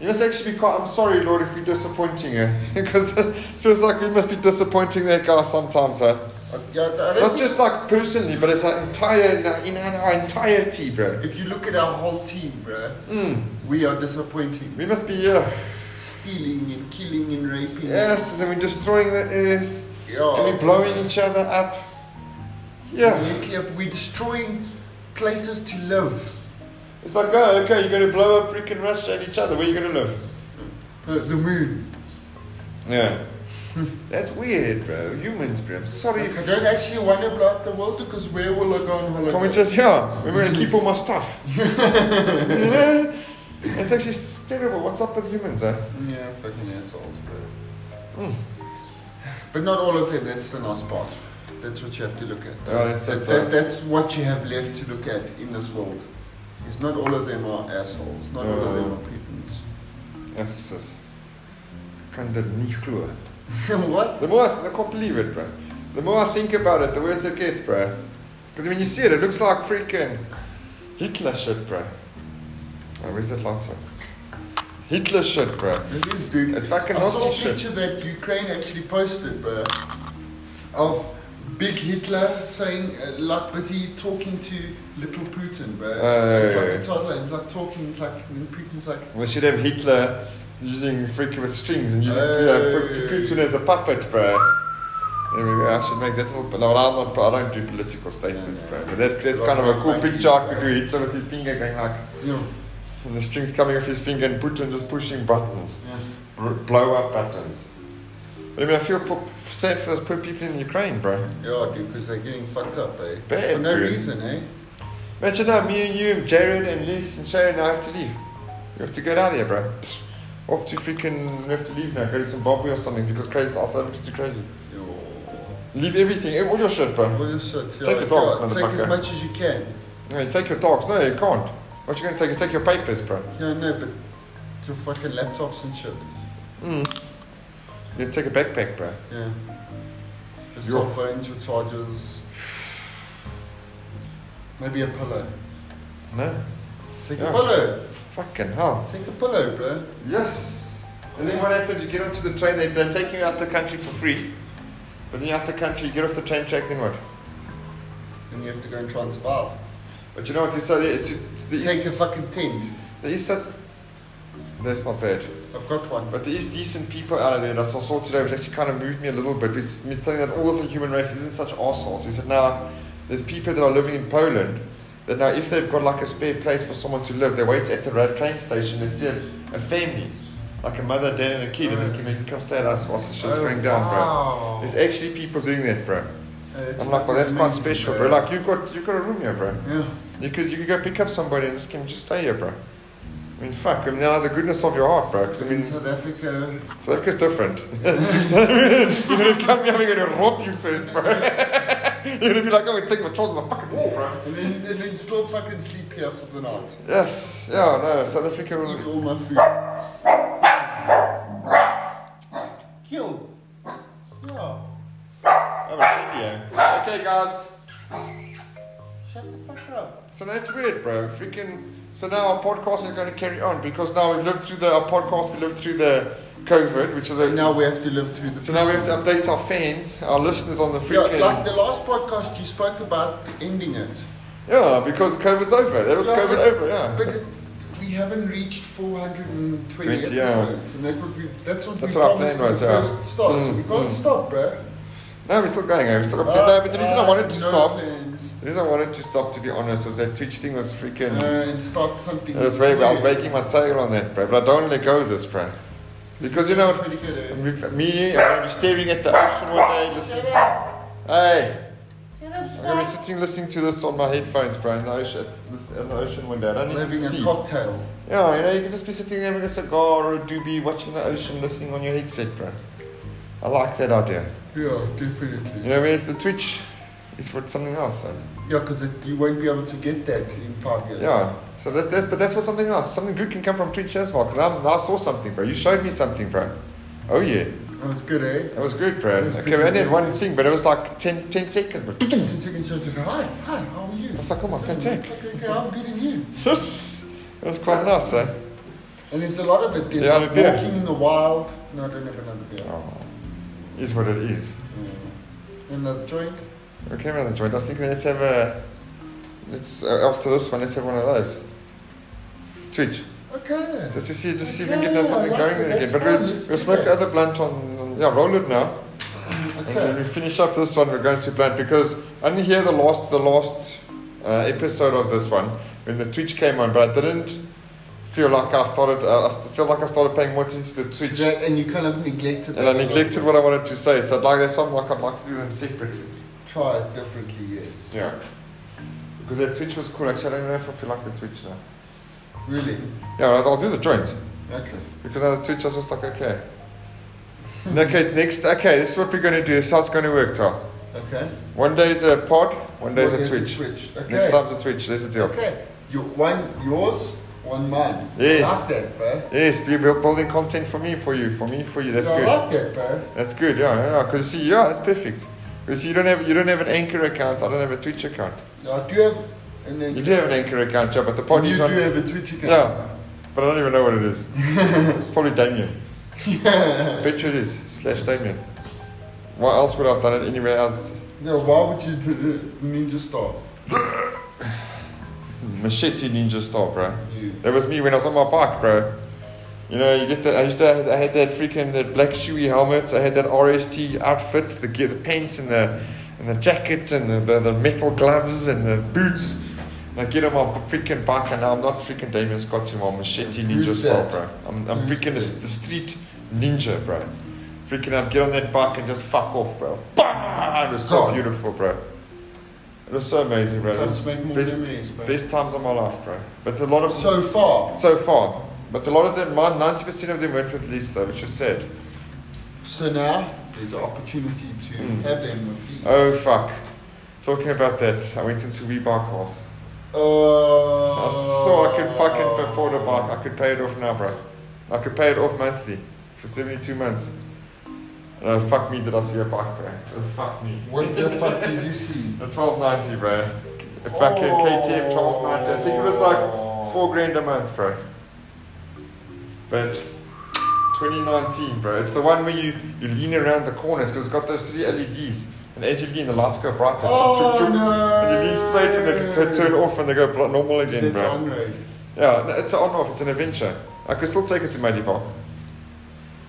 Speaker 2: You must actually be quite. I'm sorry, Lord, if we're disappointing, eh? Because it feels like we must be disappointing that guy sometimes, eh?
Speaker 1: I, I, I don't
Speaker 2: Not
Speaker 1: think-
Speaker 2: just like personally, but it's our entire, in our entirety, bro.
Speaker 1: if you look at our whole team, bruh,
Speaker 2: Mm.
Speaker 1: we are disappointing.
Speaker 2: We must be, yeah.
Speaker 1: Stealing and killing and raping.
Speaker 2: Yes, and we're destroying the earth.
Speaker 1: Yeah.
Speaker 2: And we're blowing each other up. Yeah.
Speaker 1: Nuclear, we're destroying places to live.
Speaker 2: It's like, oh, okay, you're going to blow up freaking Russia and each other. Where you going to live?
Speaker 1: Uh, the moon.
Speaker 2: Yeah. That's weird, bro. Humans, bro. I'm sorry.
Speaker 1: I
Speaker 2: If,
Speaker 1: don't actually want to block the world because where will I go on holiday?
Speaker 2: can we just, yeah, we're going to keep all my stuff. you know? It's actually s- terrible. What's up with humans, eh?
Speaker 1: Yeah, fucking assholes, bro.
Speaker 2: Hmm.
Speaker 1: But not all of them. That's the nice part. That's what you have to look at.
Speaker 2: Yeah, that's-
Speaker 1: that,
Speaker 2: that's, uh,
Speaker 1: that, that's what you have left to look at in this world. Is not all of them are assholes. Not all of them
Speaker 2: Uh.
Speaker 1: are putins.
Speaker 2: Yes, yes. Kan dit nie glo.
Speaker 1: what?
Speaker 2: The more I, I can't believe it, bro. The more I think about it, the worse it gets, bro. Because when you see it, it looks like freaking Hitler shit, bro. Oh, where's that lighter? Hitler shit, bro.
Speaker 1: It is, dude.
Speaker 2: It's fucking
Speaker 1: I saw a
Speaker 2: Nazi shit.
Speaker 1: picture that Ukraine actually posted, bro, of big Hitler saying, uh, like, busy talking to little Putin, bro.
Speaker 2: Oh,
Speaker 1: it's
Speaker 2: yeah,
Speaker 1: like
Speaker 2: yeah.
Speaker 1: a toddler. It's like talking. It's like and Putin's like,
Speaker 2: We should have Hitler using freaking with strings and using
Speaker 1: Hey.
Speaker 2: uh, Pu- Pu- Putin as a puppet, bro. There we go. I should make that little. But no, I'm not, I don't do political statements, bro. But that, that's kind of a cool picture I could do. Hitler with his finger going like,
Speaker 1: you know,
Speaker 2: and the strings coming off his finger, and Putin just pushing buttons.
Speaker 1: yeah.
Speaker 2: r- blow up buttons. I mean, I feel po- sad for those poor people in Ukraine, bro.
Speaker 1: Yeah, dude, because they're getting fucked up, eh?
Speaker 2: Bad,
Speaker 1: For no
Speaker 2: dude.
Speaker 1: reason, eh?
Speaker 2: Imagine now, me and you and Jared and Liz and Sharon now have to leave. We have to get out of here, bro. Psst. Off to freaking, we have to leave now, go to Zimbabwe or something because crazy South Africa's too crazy.
Speaker 1: Yo.
Speaker 2: Leave everything, eh, all your shit, bro.
Speaker 1: What is shit?
Speaker 2: Take
Speaker 1: yeah,
Speaker 2: it off,
Speaker 1: yeah, Take
Speaker 2: motherfucker.
Speaker 1: as much as you can.
Speaker 2: No, you take your dogs. No, you can't. What you gonna take? You take your papers, bro.
Speaker 1: Yeah, no, but your fucking laptops and shit.
Speaker 2: Mm. You take a backpack, bro.
Speaker 1: Yeah. Your
Speaker 2: Yo.
Speaker 1: cell phones, your chargers. Maybe a pillow.
Speaker 2: No.
Speaker 1: Take
Speaker 2: Yeah.
Speaker 1: a pillow.
Speaker 2: Fucking hell.
Speaker 1: Take a pillow, bro.
Speaker 2: Yes. And then what happens? You get onto the train. They, they take you out the country for free. But then you're out the country, you get off the train track, then what?
Speaker 1: And you have to go and try and survive.
Speaker 2: But you know what? So the, to, to the
Speaker 1: Take a
Speaker 2: east,
Speaker 1: fucking tent.
Speaker 2: the east. Side- That's not bad.
Speaker 1: I've got one.
Speaker 2: But there is decent people out of there. That's what I saw today, which actually kind of moved me a little bit. Which is me telling that all of the human race isn't such assholes. He said now there's people that are living in Poland that now if they've got like a spare place for someone to live, they wait at the ra- train station. They see a, a family, like a mother, dad, and a kid, and this kid come stay at us whilst the shit's
Speaker 1: Oh,
Speaker 2: going down, bro.
Speaker 1: wow.
Speaker 2: There's actually people doing that, bro.
Speaker 1: Uh, it's
Speaker 2: I'm like, well, that's quite
Speaker 1: amazing,
Speaker 2: special, bro. Like, you've got you've got a room here, bro.
Speaker 1: yeah.
Speaker 2: You could you could go pick up somebody and just can just stay here, bro. I mean, fuck. I mean, now the goodness of your heart, bro. 'cause I mean,
Speaker 1: in South Africa,
Speaker 2: South Africa's different. You're gonna come here, we're gonna rob you first, bro. You're gonna be like, I'm gonna take my chores on the fucking wall, bro.
Speaker 1: And then, and then still fucking sleep here for the night.
Speaker 2: Yes, yeah, no, South Africa was.
Speaker 1: Eat all my food. Kill. Yeah.
Speaker 2: I'm a chef, yeah. Okay, guys.
Speaker 1: Shut the fuck up.
Speaker 2: So that's weird, bro. Freaking. So now our podcast is going to carry on because now we've lived through the our podcast. We lived through the COVID, which is a.
Speaker 1: But now we have to live through the.
Speaker 2: So now we have to update our fans, our listeners on the
Speaker 1: Yeah,
Speaker 2: freaking.
Speaker 1: like the last podcast you spoke about ending it.
Speaker 2: Yeah, because COVID's over. That was
Speaker 1: Yeah,
Speaker 2: COVID
Speaker 1: but-
Speaker 2: over, yeah.
Speaker 1: But it, we haven't reached 420
Speaker 2: 20, yeah.
Speaker 1: episodes, and that would be, that's what
Speaker 2: That's
Speaker 1: we
Speaker 2: what our
Speaker 1: promised
Speaker 2: plan
Speaker 1: when
Speaker 2: was,
Speaker 1: we
Speaker 2: yeah.
Speaker 1: first started. so we
Speaker 2: Mm,
Speaker 1: can't
Speaker 2: mm.
Speaker 1: stop, bro.
Speaker 2: no, we're still going. eh? We're still,
Speaker 1: Uh,
Speaker 2: no, but the reason I
Speaker 1: uh,
Speaker 2: wanted to
Speaker 1: no
Speaker 2: stop,
Speaker 1: plans.
Speaker 2: the reason I wanted to stop, to be honest, was that Twitch thing was
Speaker 1: Uh,
Speaker 2: freaking.
Speaker 1: and start something.
Speaker 2: it was very, I was
Speaker 1: new.
Speaker 2: wagging my tail on that, bro. But I don't want to let go of this, bro. Because you know what?
Speaker 1: Pretty good, eh?
Speaker 2: Me, me, I'm gonna be staring at the ocean one day, listening. Hey, I'm gonna be sitting listening to this on my headphones, bro, in the ocean, this, in the ocean one day. I don't need
Speaker 1: Having
Speaker 2: to
Speaker 1: a
Speaker 2: see.
Speaker 1: cocktail.
Speaker 2: yeah, you know, you can just be sitting there with a cigar or a doobie, watching the ocean, listening on your headset, bro. I like that idea.
Speaker 1: Yeah,
Speaker 2: You
Speaker 1: definitely.
Speaker 2: know, whereas the Twitch is for something else. so-
Speaker 1: Yeah, because you won't be able to get that in five years.
Speaker 2: Yeah. So that's, that's but that's for something else. Something good can come from Twitch as well. Because I saw something, bro. You showed me something, bro. Oh yeah,
Speaker 1: Oh, it's good, eh?
Speaker 2: that was good, bro.
Speaker 1: It was
Speaker 2: Okay,
Speaker 1: good.
Speaker 2: we only had one thing, but it was like 10, 10 seconds. Bro.
Speaker 1: Ten seconds later, it's like, hi, hi, how are you?
Speaker 2: I was like, oh my god,
Speaker 1: Okay,
Speaker 2: tech.
Speaker 1: okay, okay, I'm good in you.
Speaker 2: Yes. It was quite nice, eh?
Speaker 1: And there's a lot of it. There's
Speaker 2: Yeah,
Speaker 1: like
Speaker 2: the beer.
Speaker 1: walking in the wild. No, I don't have another beer.
Speaker 2: Oh, is what it is.
Speaker 1: Mm. And a joint.
Speaker 2: Okay, man, I enjoyed. I was thinking let's have a. Let's uh, after this one, let's have one of those. Twitch.
Speaker 1: Okay.
Speaker 2: Just to see, just see if we can get
Speaker 1: Okay,
Speaker 2: that something
Speaker 1: I like
Speaker 2: going
Speaker 1: it.
Speaker 2: again.
Speaker 1: That's
Speaker 2: But
Speaker 1: fine,
Speaker 2: we'll,
Speaker 1: let's
Speaker 2: we'll
Speaker 1: do
Speaker 2: smoke
Speaker 1: that.
Speaker 2: the other blunt on, on. Yeah, roll it now. And then
Speaker 1: Okay.
Speaker 2: we finish up this one. We're going to plant because I didn't hear the last the last uh, episode of this one when the Twitch came on, but I didn't feel like I started. Uh, I st- feel like I started paying more attention to the Twitch,
Speaker 1: That, and you kind of neglected
Speaker 2: and I
Speaker 1: that a lot.
Speaker 2: neglected what I wanted to say. So I'd like that's something like I'd like to do them separately.
Speaker 1: Try it differently, yes.
Speaker 2: Yeah. Because that Twitch was cool. Actually, I don't know if I feel like the Twitch now.
Speaker 1: Really?
Speaker 2: Yeah, I'll, I'll do the joint
Speaker 1: Okay.
Speaker 2: because now the Twitch I was just like okay. okay, next. Okay, this is what we're gonna do. This is how it's gonna work, Tal.
Speaker 1: Okay.
Speaker 2: One day is a pod, one day is
Speaker 1: Well,
Speaker 2: a
Speaker 1: there's
Speaker 2: Twitch.
Speaker 1: Twitch. Okay.
Speaker 2: Next time's a Twitch, there's a deal.
Speaker 1: Okay. Your, one yours, one mine.
Speaker 2: Yes.
Speaker 1: I like that, bro.
Speaker 2: Yes, we- we're building content for me, for you, for me, for you. That's
Speaker 1: I
Speaker 2: good.
Speaker 1: like that, bro.
Speaker 2: That's good. Yeah, yeah. Because see, yeah, that's perfect. Because you don't have you don't have an anchor account. I don't have a Twitch account.
Speaker 1: I do have. And then
Speaker 2: You do have an anchor account, yeah, but the pod
Speaker 1: you
Speaker 2: is
Speaker 1: do
Speaker 2: on.
Speaker 1: have a Twitch account.
Speaker 2: Yeah, but I don't even know what it is. it's probably Damien.
Speaker 1: Yeah.
Speaker 2: Bet you it is slash Damien. What else would I have done it anywhere else?
Speaker 1: Yeah, why would you do the Ninja Star?
Speaker 2: Machete Ninja Star, bro.
Speaker 1: You.
Speaker 2: That was me when I was on my bike, bro. You know, you get that. I used to. I had that freaking that black shoey helmet. I had that RST outfit, the gear, the pants, and the and the jacket, and the, the, the metal gloves, and the boots. And I get on my freaking bike, and now I'm not freaking Damien Scott anymore. I'm a shitty
Speaker 1: Who's
Speaker 2: ninja style,
Speaker 1: that?
Speaker 2: bro. I'm, I'm
Speaker 1: Who's
Speaker 2: freaking the, the
Speaker 1: that?
Speaker 2: street ninja, bro. Freaking, I'd get on that bike and just fuck off, bro. Bah! It was so
Speaker 1: God.
Speaker 2: beautimes, bro. It was so amazing, bro. It
Speaker 1: Time to
Speaker 2: was
Speaker 1: make more
Speaker 2: best,
Speaker 1: memories, bro.
Speaker 2: best times of my life, bro. But a lot of
Speaker 1: So far.
Speaker 2: so far. But a lot of them, my 90% of them went with Lisa, which is sad.
Speaker 1: So now there's an opportunity to
Speaker 2: Mm.
Speaker 1: have them with these.
Speaker 2: Oh fuck. Talking about that, I went into WeBark House.
Speaker 1: Oh.
Speaker 2: I saw I could fucking afford a bike. I could pay it off now, bro. I could pay it off monthly for 72 months. And oh, fuck me, did I see a bike, bro? Oh, fuck me.
Speaker 1: What the fuck did you see?
Speaker 2: A 1290, bro. A fucking KTM 1290. I think it was like
Speaker 1: Oh,
Speaker 2: Four grand a month, bro. But 2019, bro. It's the one where you, you lean around the corners because it's got those three LEDs. And as you lean, the lights go brighter.
Speaker 1: Oh,
Speaker 2: Choom, choom, choom.
Speaker 1: no.
Speaker 2: And you lean straight and they, they turn off and they go bl- normal again,
Speaker 1: That's
Speaker 2: bro.
Speaker 1: on road.
Speaker 2: Yeah, no, it's on off. It's an adventure. I could still take it to Muddy Park.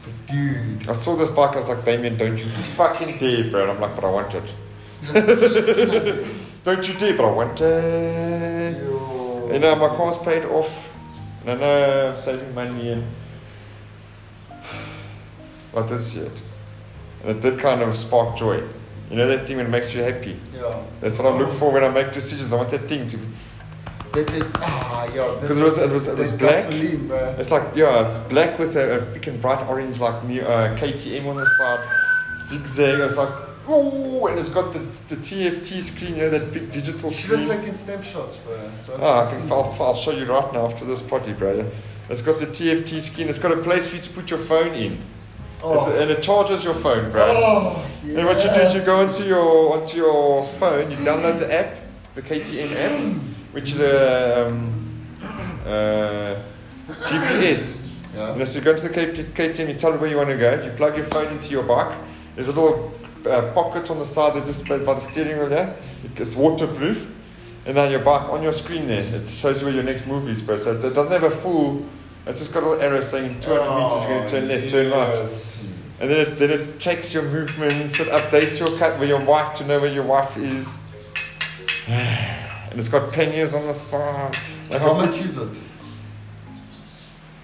Speaker 1: But dude,
Speaker 2: I saw this bike and I was like, Damien, don't you fucking dare, bro. And I'm like, but I want it. don't you dare, but I want it.
Speaker 1: yo.
Speaker 2: You know, my car's paid off, eh, and I know I'm saving money, and I did see it. And it did kind of spark joy. You know that thing that makes you happy?
Speaker 1: Yeah.
Speaker 2: That's what I look for when I make decisions. I want that thing to be.
Speaker 1: That, that, ah, yeah. that-
Speaker 2: 'Cause it was- it was- it
Speaker 1: that
Speaker 2: was black.
Speaker 1: Gasoline, bro.
Speaker 2: It's like, yeah, it's black with a, a freaking bright orange, like new, uh, KTM on the side, zigzag. It's like, oh, and it's got the, the TFT screen here, that big digital
Speaker 1: Should
Speaker 2: screen.
Speaker 1: have taken snapshots, bro. So
Speaker 2: Ah, I can, I'll, I'll show you right now after this party, brother. It's got the TFT screen. It's got a place for you to put your phone in, It's-
Speaker 1: Oh.
Speaker 2: and it charges your phone, bro.
Speaker 1: Oh,
Speaker 2: And what you do is
Speaker 1: yeah.
Speaker 2: you go onto your onto your phone, you download the app, the KTM app, which is a um, uh, GPS.
Speaker 1: Yeah.
Speaker 2: You know, so you go to the KT- KTM, you tell it where you want to go, you plug your phone into your bike. There's a little uh, pocket on the side that just by by the steering wheel there. It- It's waterproof. And now your bike on your screen there, it shows you where your next move is, bro. So it it doesn't have a full, it's just got a little arrow saying 200 meters, you're going to turn left, turn right.
Speaker 1: yes.
Speaker 2: And then it, then it checks your movements, it updates your cut with your wife to know where your wife is. and it's got panniers on the side. Like
Speaker 1: How
Speaker 2: a-
Speaker 1: much is it?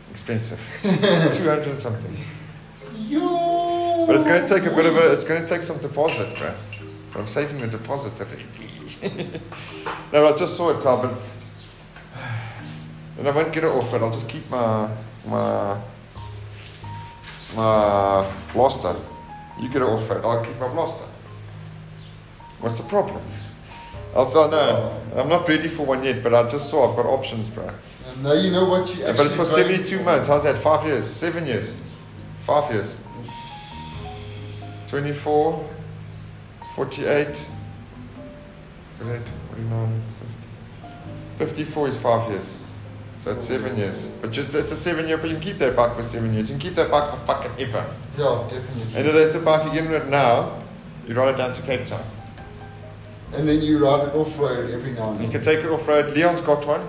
Speaker 2: Expensive. 200 and something.
Speaker 1: Yo.
Speaker 2: But it's going to take a bit of a, it's going to take some deposit, bro. But I'm saving the deposit at ATH. no, I just saw it, Tal, but. And I won't get it off it, I'll just keep my, my, my blaster. You get it off it, I'll keep my blaster. What's the problem? I'll, I know, I'm not ready for one yet, but I just saw I've got options, bro.
Speaker 1: And Now you know what you.
Speaker 2: Yeah, but it's
Speaker 1: actually
Speaker 2: for
Speaker 1: going
Speaker 2: 72 months. How's that? Five years? Seven years? Five years? 24, 48, 48, 49, 50. 54 is five years. So it's seven years. But it's, it's a seven year, but you can keep that bike for seven years. You can keep that bike for fucking ever.
Speaker 1: Yeah, definitely.
Speaker 2: And if that's a bike you're getting it now, you ride it down to Cape Town.
Speaker 1: And then you ride it off road every now and
Speaker 2: You
Speaker 1: then.
Speaker 2: can take it off road. Leon's got one.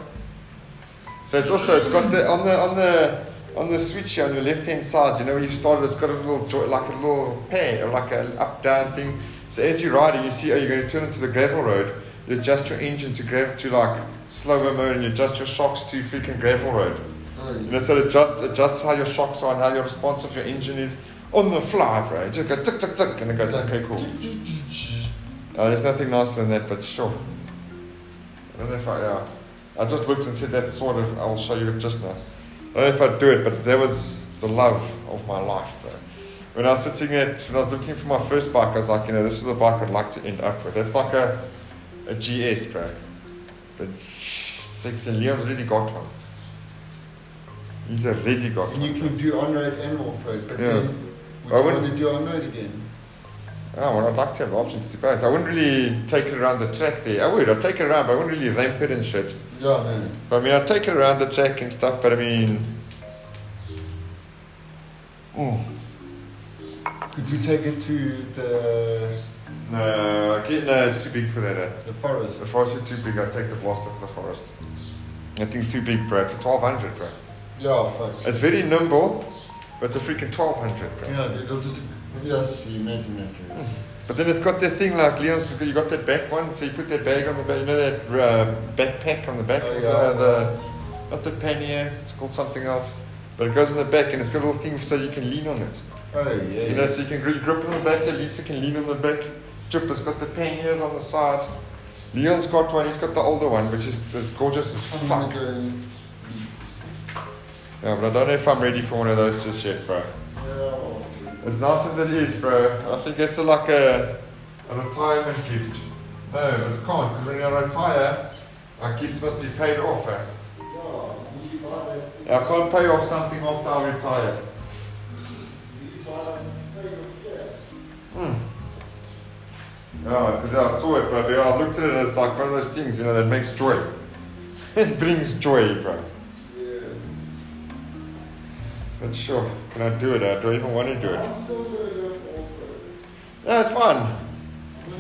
Speaker 2: So it's also it's got the on the on the on the switch here on your left hand side. You know where you started. It's got a little joy, like a little pair or like an up down thing. So as you ride it, you see oh you're going to turn into the gravel road. You adjust your engine to gravel to like slower mode, and you adjust your shocks to freaking gravel road.
Speaker 1: Oh,
Speaker 2: You
Speaker 1: yeah.
Speaker 2: know, so it adjusts adjusts how your shocks are and how your response of your engine is on the fly, bro. You just go tick tick tick, and it goes okay, cool. Oh, there's nothing nicer than that, but sure. I don't know if I, yeah. I just looked and said that's sort of, I'll show you it just now. I don't know if I'd do it, but that was the love of my life, though. When I was sitting at, when I was looking for my first bike, I was like, you know, this is the bike I'd like to end up with. That's like a, a GS, bro. But six, and Leon's already got one. He's already got
Speaker 1: And
Speaker 2: one.
Speaker 1: you
Speaker 2: bro.
Speaker 1: can do on road and off road, but
Speaker 2: Yeah.
Speaker 1: then would
Speaker 2: I
Speaker 1: you
Speaker 2: wouldn't-
Speaker 1: want to do on road again?
Speaker 2: Oh, well, I'd like to have the option to do both. I wouldn't really take it around the track there. I would, I'd take it around, but I wouldn't really ramp it and shit.
Speaker 1: Yeah, no.
Speaker 2: I mean, I take it around the track and stuff, but I mean, mm,
Speaker 1: Could you take it to the
Speaker 2: no, I get- no, it's too big for that. eh.
Speaker 1: the forest?
Speaker 2: The forest is too big. I take the blaster for the forest. That thing's too big, bro. It's a 1200, bro.
Speaker 1: Yeah, fuck.
Speaker 2: It's very nimble, but it's a freaking 1200, bro.
Speaker 1: Yeah, dude, it'll just yes, imagine that. Dude.
Speaker 2: But then it's got that thing like Leon's. You got that back one, so you put that bag on the back. You know that uh, backpack on the back.
Speaker 1: Oh,
Speaker 2: of
Speaker 1: yeah.
Speaker 2: the, the not the pannier. It's called something else. But it goes on the back, and it's got a little thing so you can lean on it.
Speaker 1: Oh yeah.
Speaker 2: You know, so you can gri- grip on the back, at least you can lean on the back. Chip has got the panniers on the side. Leon's got one, he's got the older one, which is as gorgeous as
Speaker 1: I'm
Speaker 2: fuck.
Speaker 1: gonna go and-
Speaker 2: Yeah, but I don't know if I'm ready for one of those just yet, bro.
Speaker 1: Yeah.
Speaker 2: As nice as it is, bro, I think it's like a, a retirement gift. No, but it can't, because when I retire, my gifts must be paid off, eh?
Speaker 1: Yeah, we buy it.
Speaker 2: I can't pay off something after I retire.
Speaker 1: We buy it.
Speaker 2: Yeah, because I saw it, bro. I looked at it and it's like one of those things, you know, that makes joy. it brings joy, bro.
Speaker 1: Yeah.
Speaker 2: But sure, can I do it? Uh, do I even want to do it?
Speaker 1: I'm still gonna go for off road.
Speaker 2: Yeah, it's fun.
Speaker 1: I'm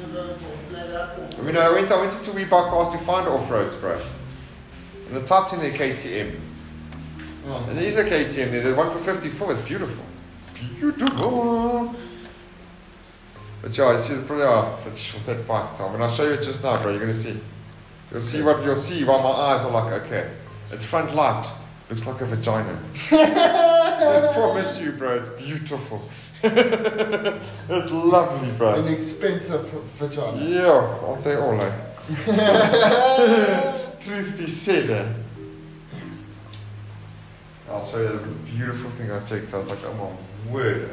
Speaker 1: gonna go for flat out off
Speaker 2: I mean, I went, I went into Reebok Cars to find off roads, bro. And I typed in their KTM.
Speaker 1: road.
Speaker 2: And these are KTM, they're the one for 54, it's beautiful. Beautiful. But yeah, you see, it's probably, oh, but sure, that bike, Tom. When I show you it just now, bro, you're going to see. You'll see what, you'll see why my eyes are like, okay. It's front light, looks like a vagina. I promise you, bro, it's beautiful. it's lovely, bro.
Speaker 1: An expensive vagina.
Speaker 2: Yeah, aren't they all eh? Truth be said, eh? I'll show you, that was a beautiful thing I checked. I was like, oh my word. eh?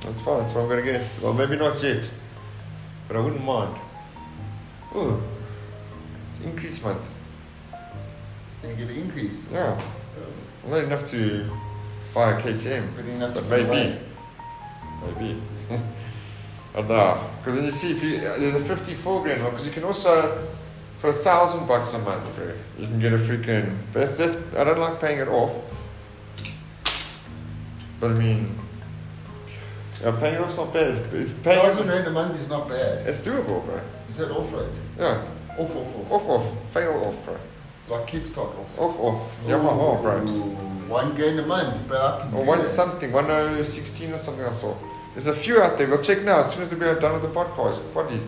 Speaker 2: That's fine. That's what I'm gonna get. Well, maybe not yet, but I wouldn't mind. Ooh, it's increase month.
Speaker 1: Gonna get an increase.
Speaker 2: Yeah, well, not enough to buy a KTM,
Speaker 1: But enough to
Speaker 2: but
Speaker 1: put
Speaker 2: maybe,
Speaker 1: away.
Speaker 2: maybe. and now, because then you see if you uh, there's a 54 grand one, because you can also for a thousand bucks a month, bro, you can get a freaking. But that's, that's I don't like paying it off. But I mean, yeah, paying it off's not bad. But it's paying.
Speaker 1: Thousand
Speaker 2: Off,
Speaker 1: rand a month is not bad.
Speaker 2: it's doable, bro.
Speaker 1: Is that off road?
Speaker 2: Yeah,
Speaker 1: Off, off, off.
Speaker 2: off, off, fail off, bro.
Speaker 1: Like kids talk off.
Speaker 2: Off, off. Yamaha, bro.
Speaker 1: Ooh, One grand a month, bro. I can
Speaker 2: Or
Speaker 1: do
Speaker 2: one
Speaker 1: that.
Speaker 2: something, one oh sixteen or something I saw. There's a few out there. We'll check now as soon as we're done with the podcast. Bodies.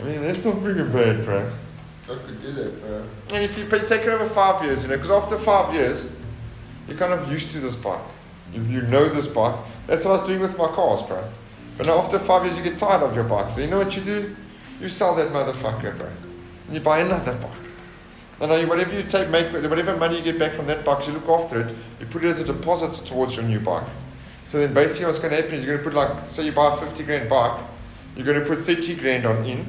Speaker 2: I mean, that's not freaking bad, bro.
Speaker 1: I could do that, bro.
Speaker 2: And if you pay, take it over five years, you know, because after five years, you're kind of used to this bike. You, you know this bike. That's what I was doing with my cars, bro. But now after five years, you get tired of your bike. So you know what you do? You sell that motherfucker, bro. And you buy another bike. And now you, whatever you take, make whatever money you get back from that bike, you look after it. You put it as a deposit towards your new bike. So then basically, what's going to happen is you're going to put like, say you buy a fifty grand bike, you're going to put thirty grand on in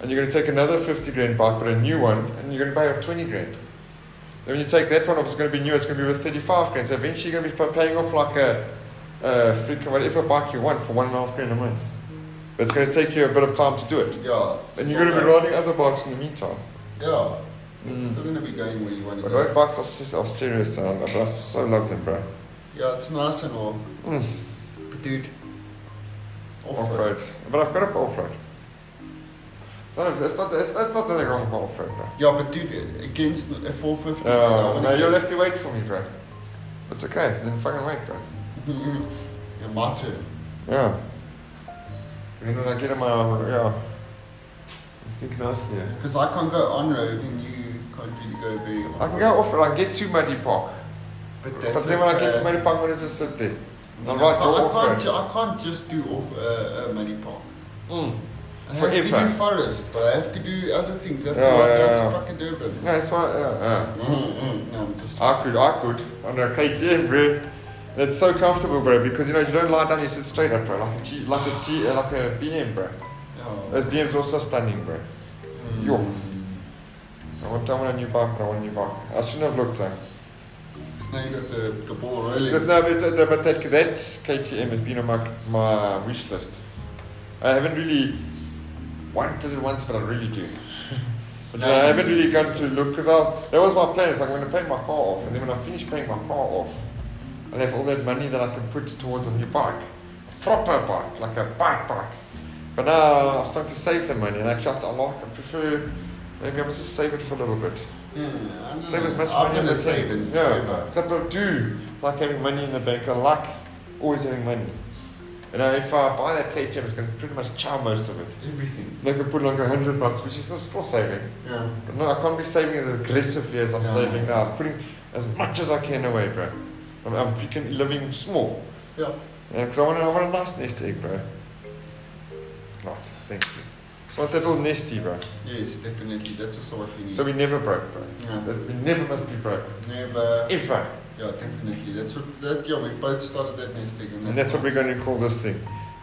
Speaker 2: and you're going to take another 50 grand bike, but a new one, and you're going to pay off 20 grand. Then when you take that one off, it's going to be new, it's going to be worth 35 grand. So eventually you're going to be paying off like a, a freaking whatever bike you want for one and a half grand a month. But it's going to take you a bit of time to do it.
Speaker 1: Yeah.
Speaker 2: And you're going to be riding other bikes in the meantime.
Speaker 1: Yeah.
Speaker 2: Mm.
Speaker 1: Still gonna be going where you want to
Speaker 2: But
Speaker 1: go.
Speaker 2: road bikes are, se- are serious, now, but I so love them, bro.
Speaker 1: Yeah, it's nice and all.
Speaker 2: Mm.
Speaker 1: But dude,
Speaker 2: Off
Speaker 1: off-road.
Speaker 2: road. But I've got a off road. It's not, it's not, it's, it's not nothing wrong with off road, bro.
Speaker 1: Yeah, but dude, against a 450.
Speaker 2: Oh, Uh, No, no, you'll have to wait for me, bro. It's okay, then fucking wait, bro.
Speaker 1: yeah, my turn.
Speaker 2: Yeah. And then when I get in my armor, yeah. It's thinking nicely, yeah.
Speaker 1: Because I can't go on road and you can't really go very off
Speaker 2: I can go off road, I can get to Muddy Park.
Speaker 1: But,
Speaker 2: but then when I get to Muddy Park, I'm going to just sit there. And I'll ride your
Speaker 1: I,
Speaker 2: off
Speaker 1: can't,
Speaker 2: road.
Speaker 1: ju- I can't just do off, uh, uh, money park.
Speaker 2: Mm.
Speaker 1: I have to
Speaker 2: Forever.
Speaker 1: do forest, but I have to do other things. I have
Speaker 2: Yeah,
Speaker 1: to ride
Speaker 2: yeah,
Speaker 1: down
Speaker 2: yeah.
Speaker 1: to fucking Durban.
Speaker 2: Yeah, Ah. that's why, yeah,
Speaker 1: Mm, mm, no, I'm just.
Speaker 2: yeah. I could, I could. On a KTM, bro. And it's so comfortable, bro, because you know, you don't lie down, you sit straight up, bro. Like a G, like a G, uh, like a BM, bro.
Speaker 1: yeah.
Speaker 2: Those BM's also stunning, bro.
Speaker 1: Mm.
Speaker 2: Yo. I want, I want a new bike, bro. I want a new bike. I shouldn't have looked, eh?
Speaker 1: Because now you got the, the ball rolling.
Speaker 2: Because no, but, it's, uh, but that, that KTM has been on my, my wish list. I haven't really wanted it once, but I really do. but you know, I haven't really gone to look because that was my plan. It's like I'm going to pay my car off, and then when I finish paying my car off, I'll have all that money that I can put towards a new bike, a proper bike, like a bike bike. But now I'm starting to save the money, and actually I, th- I like, I prefer. Maybe I must just save it for a little bit.
Speaker 1: Mm, I don't
Speaker 2: Save
Speaker 1: know.
Speaker 2: as much
Speaker 1: I'm
Speaker 2: money as
Speaker 1: gonna
Speaker 2: I can.
Speaker 1: save and
Speaker 2: Yeah,
Speaker 1: save up.
Speaker 2: Some people do like having money in the bank. I like always having money. You know, if I buy that KTM, it's going to pretty much chow most of it.
Speaker 1: Everything.
Speaker 2: Like I put like a hundred bucks, which is still, still saving.
Speaker 1: Yeah.
Speaker 2: But no, I can't be saving as aggressively as I'm
Speaker 1: Yeah.
Speaker 2: saving now. I'm putting as much as I can away, bro. I'm, I'm freaking living small.
Speaker 1: Yeah.
Speaker 2: Because I want I want a nice nest egg, bro. Right, thank you. So I want that little nesty, bro.
Speaker 1: Yes, definitely. That's also what we need.
Speaker 2: So we never broke, bro.
Speaker 1: yeah.
Speaker 2: That we never must be broke.
Speaker 1: Never.
Speaker 2: Ever.
Speaker 1: Yeah, definitely. That's what. That, yeah, we've both started that nest egg, and that's,
Speaker 2: And that's what we're going to call this thing.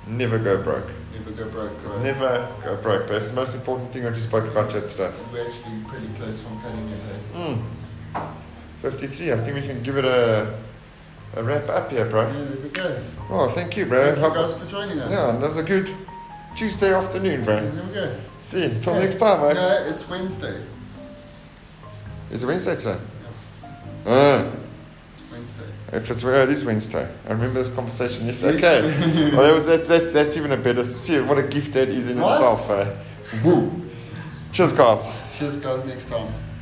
Speaker 2: Never go broke.
Speaker 1: Never go broke.
Speaker 2: 'Cause
Speaker 1: Right?
Speaker 2: Never go broke. But it's the most important thing I just spoke about here today.
Speaker 1: We're actually pretty close from cutting it. eh? Hey?
Speaker 2: Mm. 53. I think we can give it a, a wrap up here, bro.
Speaker 1: Yeah, there we go.
Speaker 2: Well, thank you, bro.
Speaker 1: Thank you
Speaker 2: Hope-
Speaker 1: guys for joining us.
Speaker 2: yeah, that was a good Tuesday afternoon, bro.
Speaker 1: There we go.
Speaker 2: See you. Till
Speaker 1: Yeah.
Speaker 2: next time, mate.
Speaker 1: No, it's Wednesday.
Speaker 2: Is it Wednesday today? Ah,
Speaker 1: It's Wednesday.
Speaker 2: if it's well, it is Wednesday. I remember this conversation yesterday. Okay. well, that was, that's, that's, that's even a better. See what a gift that is in
Speaker 1: What?
Speaker 2: itself, eh? Woo. Cheers, guys.
Speaker 1: Cheers, guys. Next time.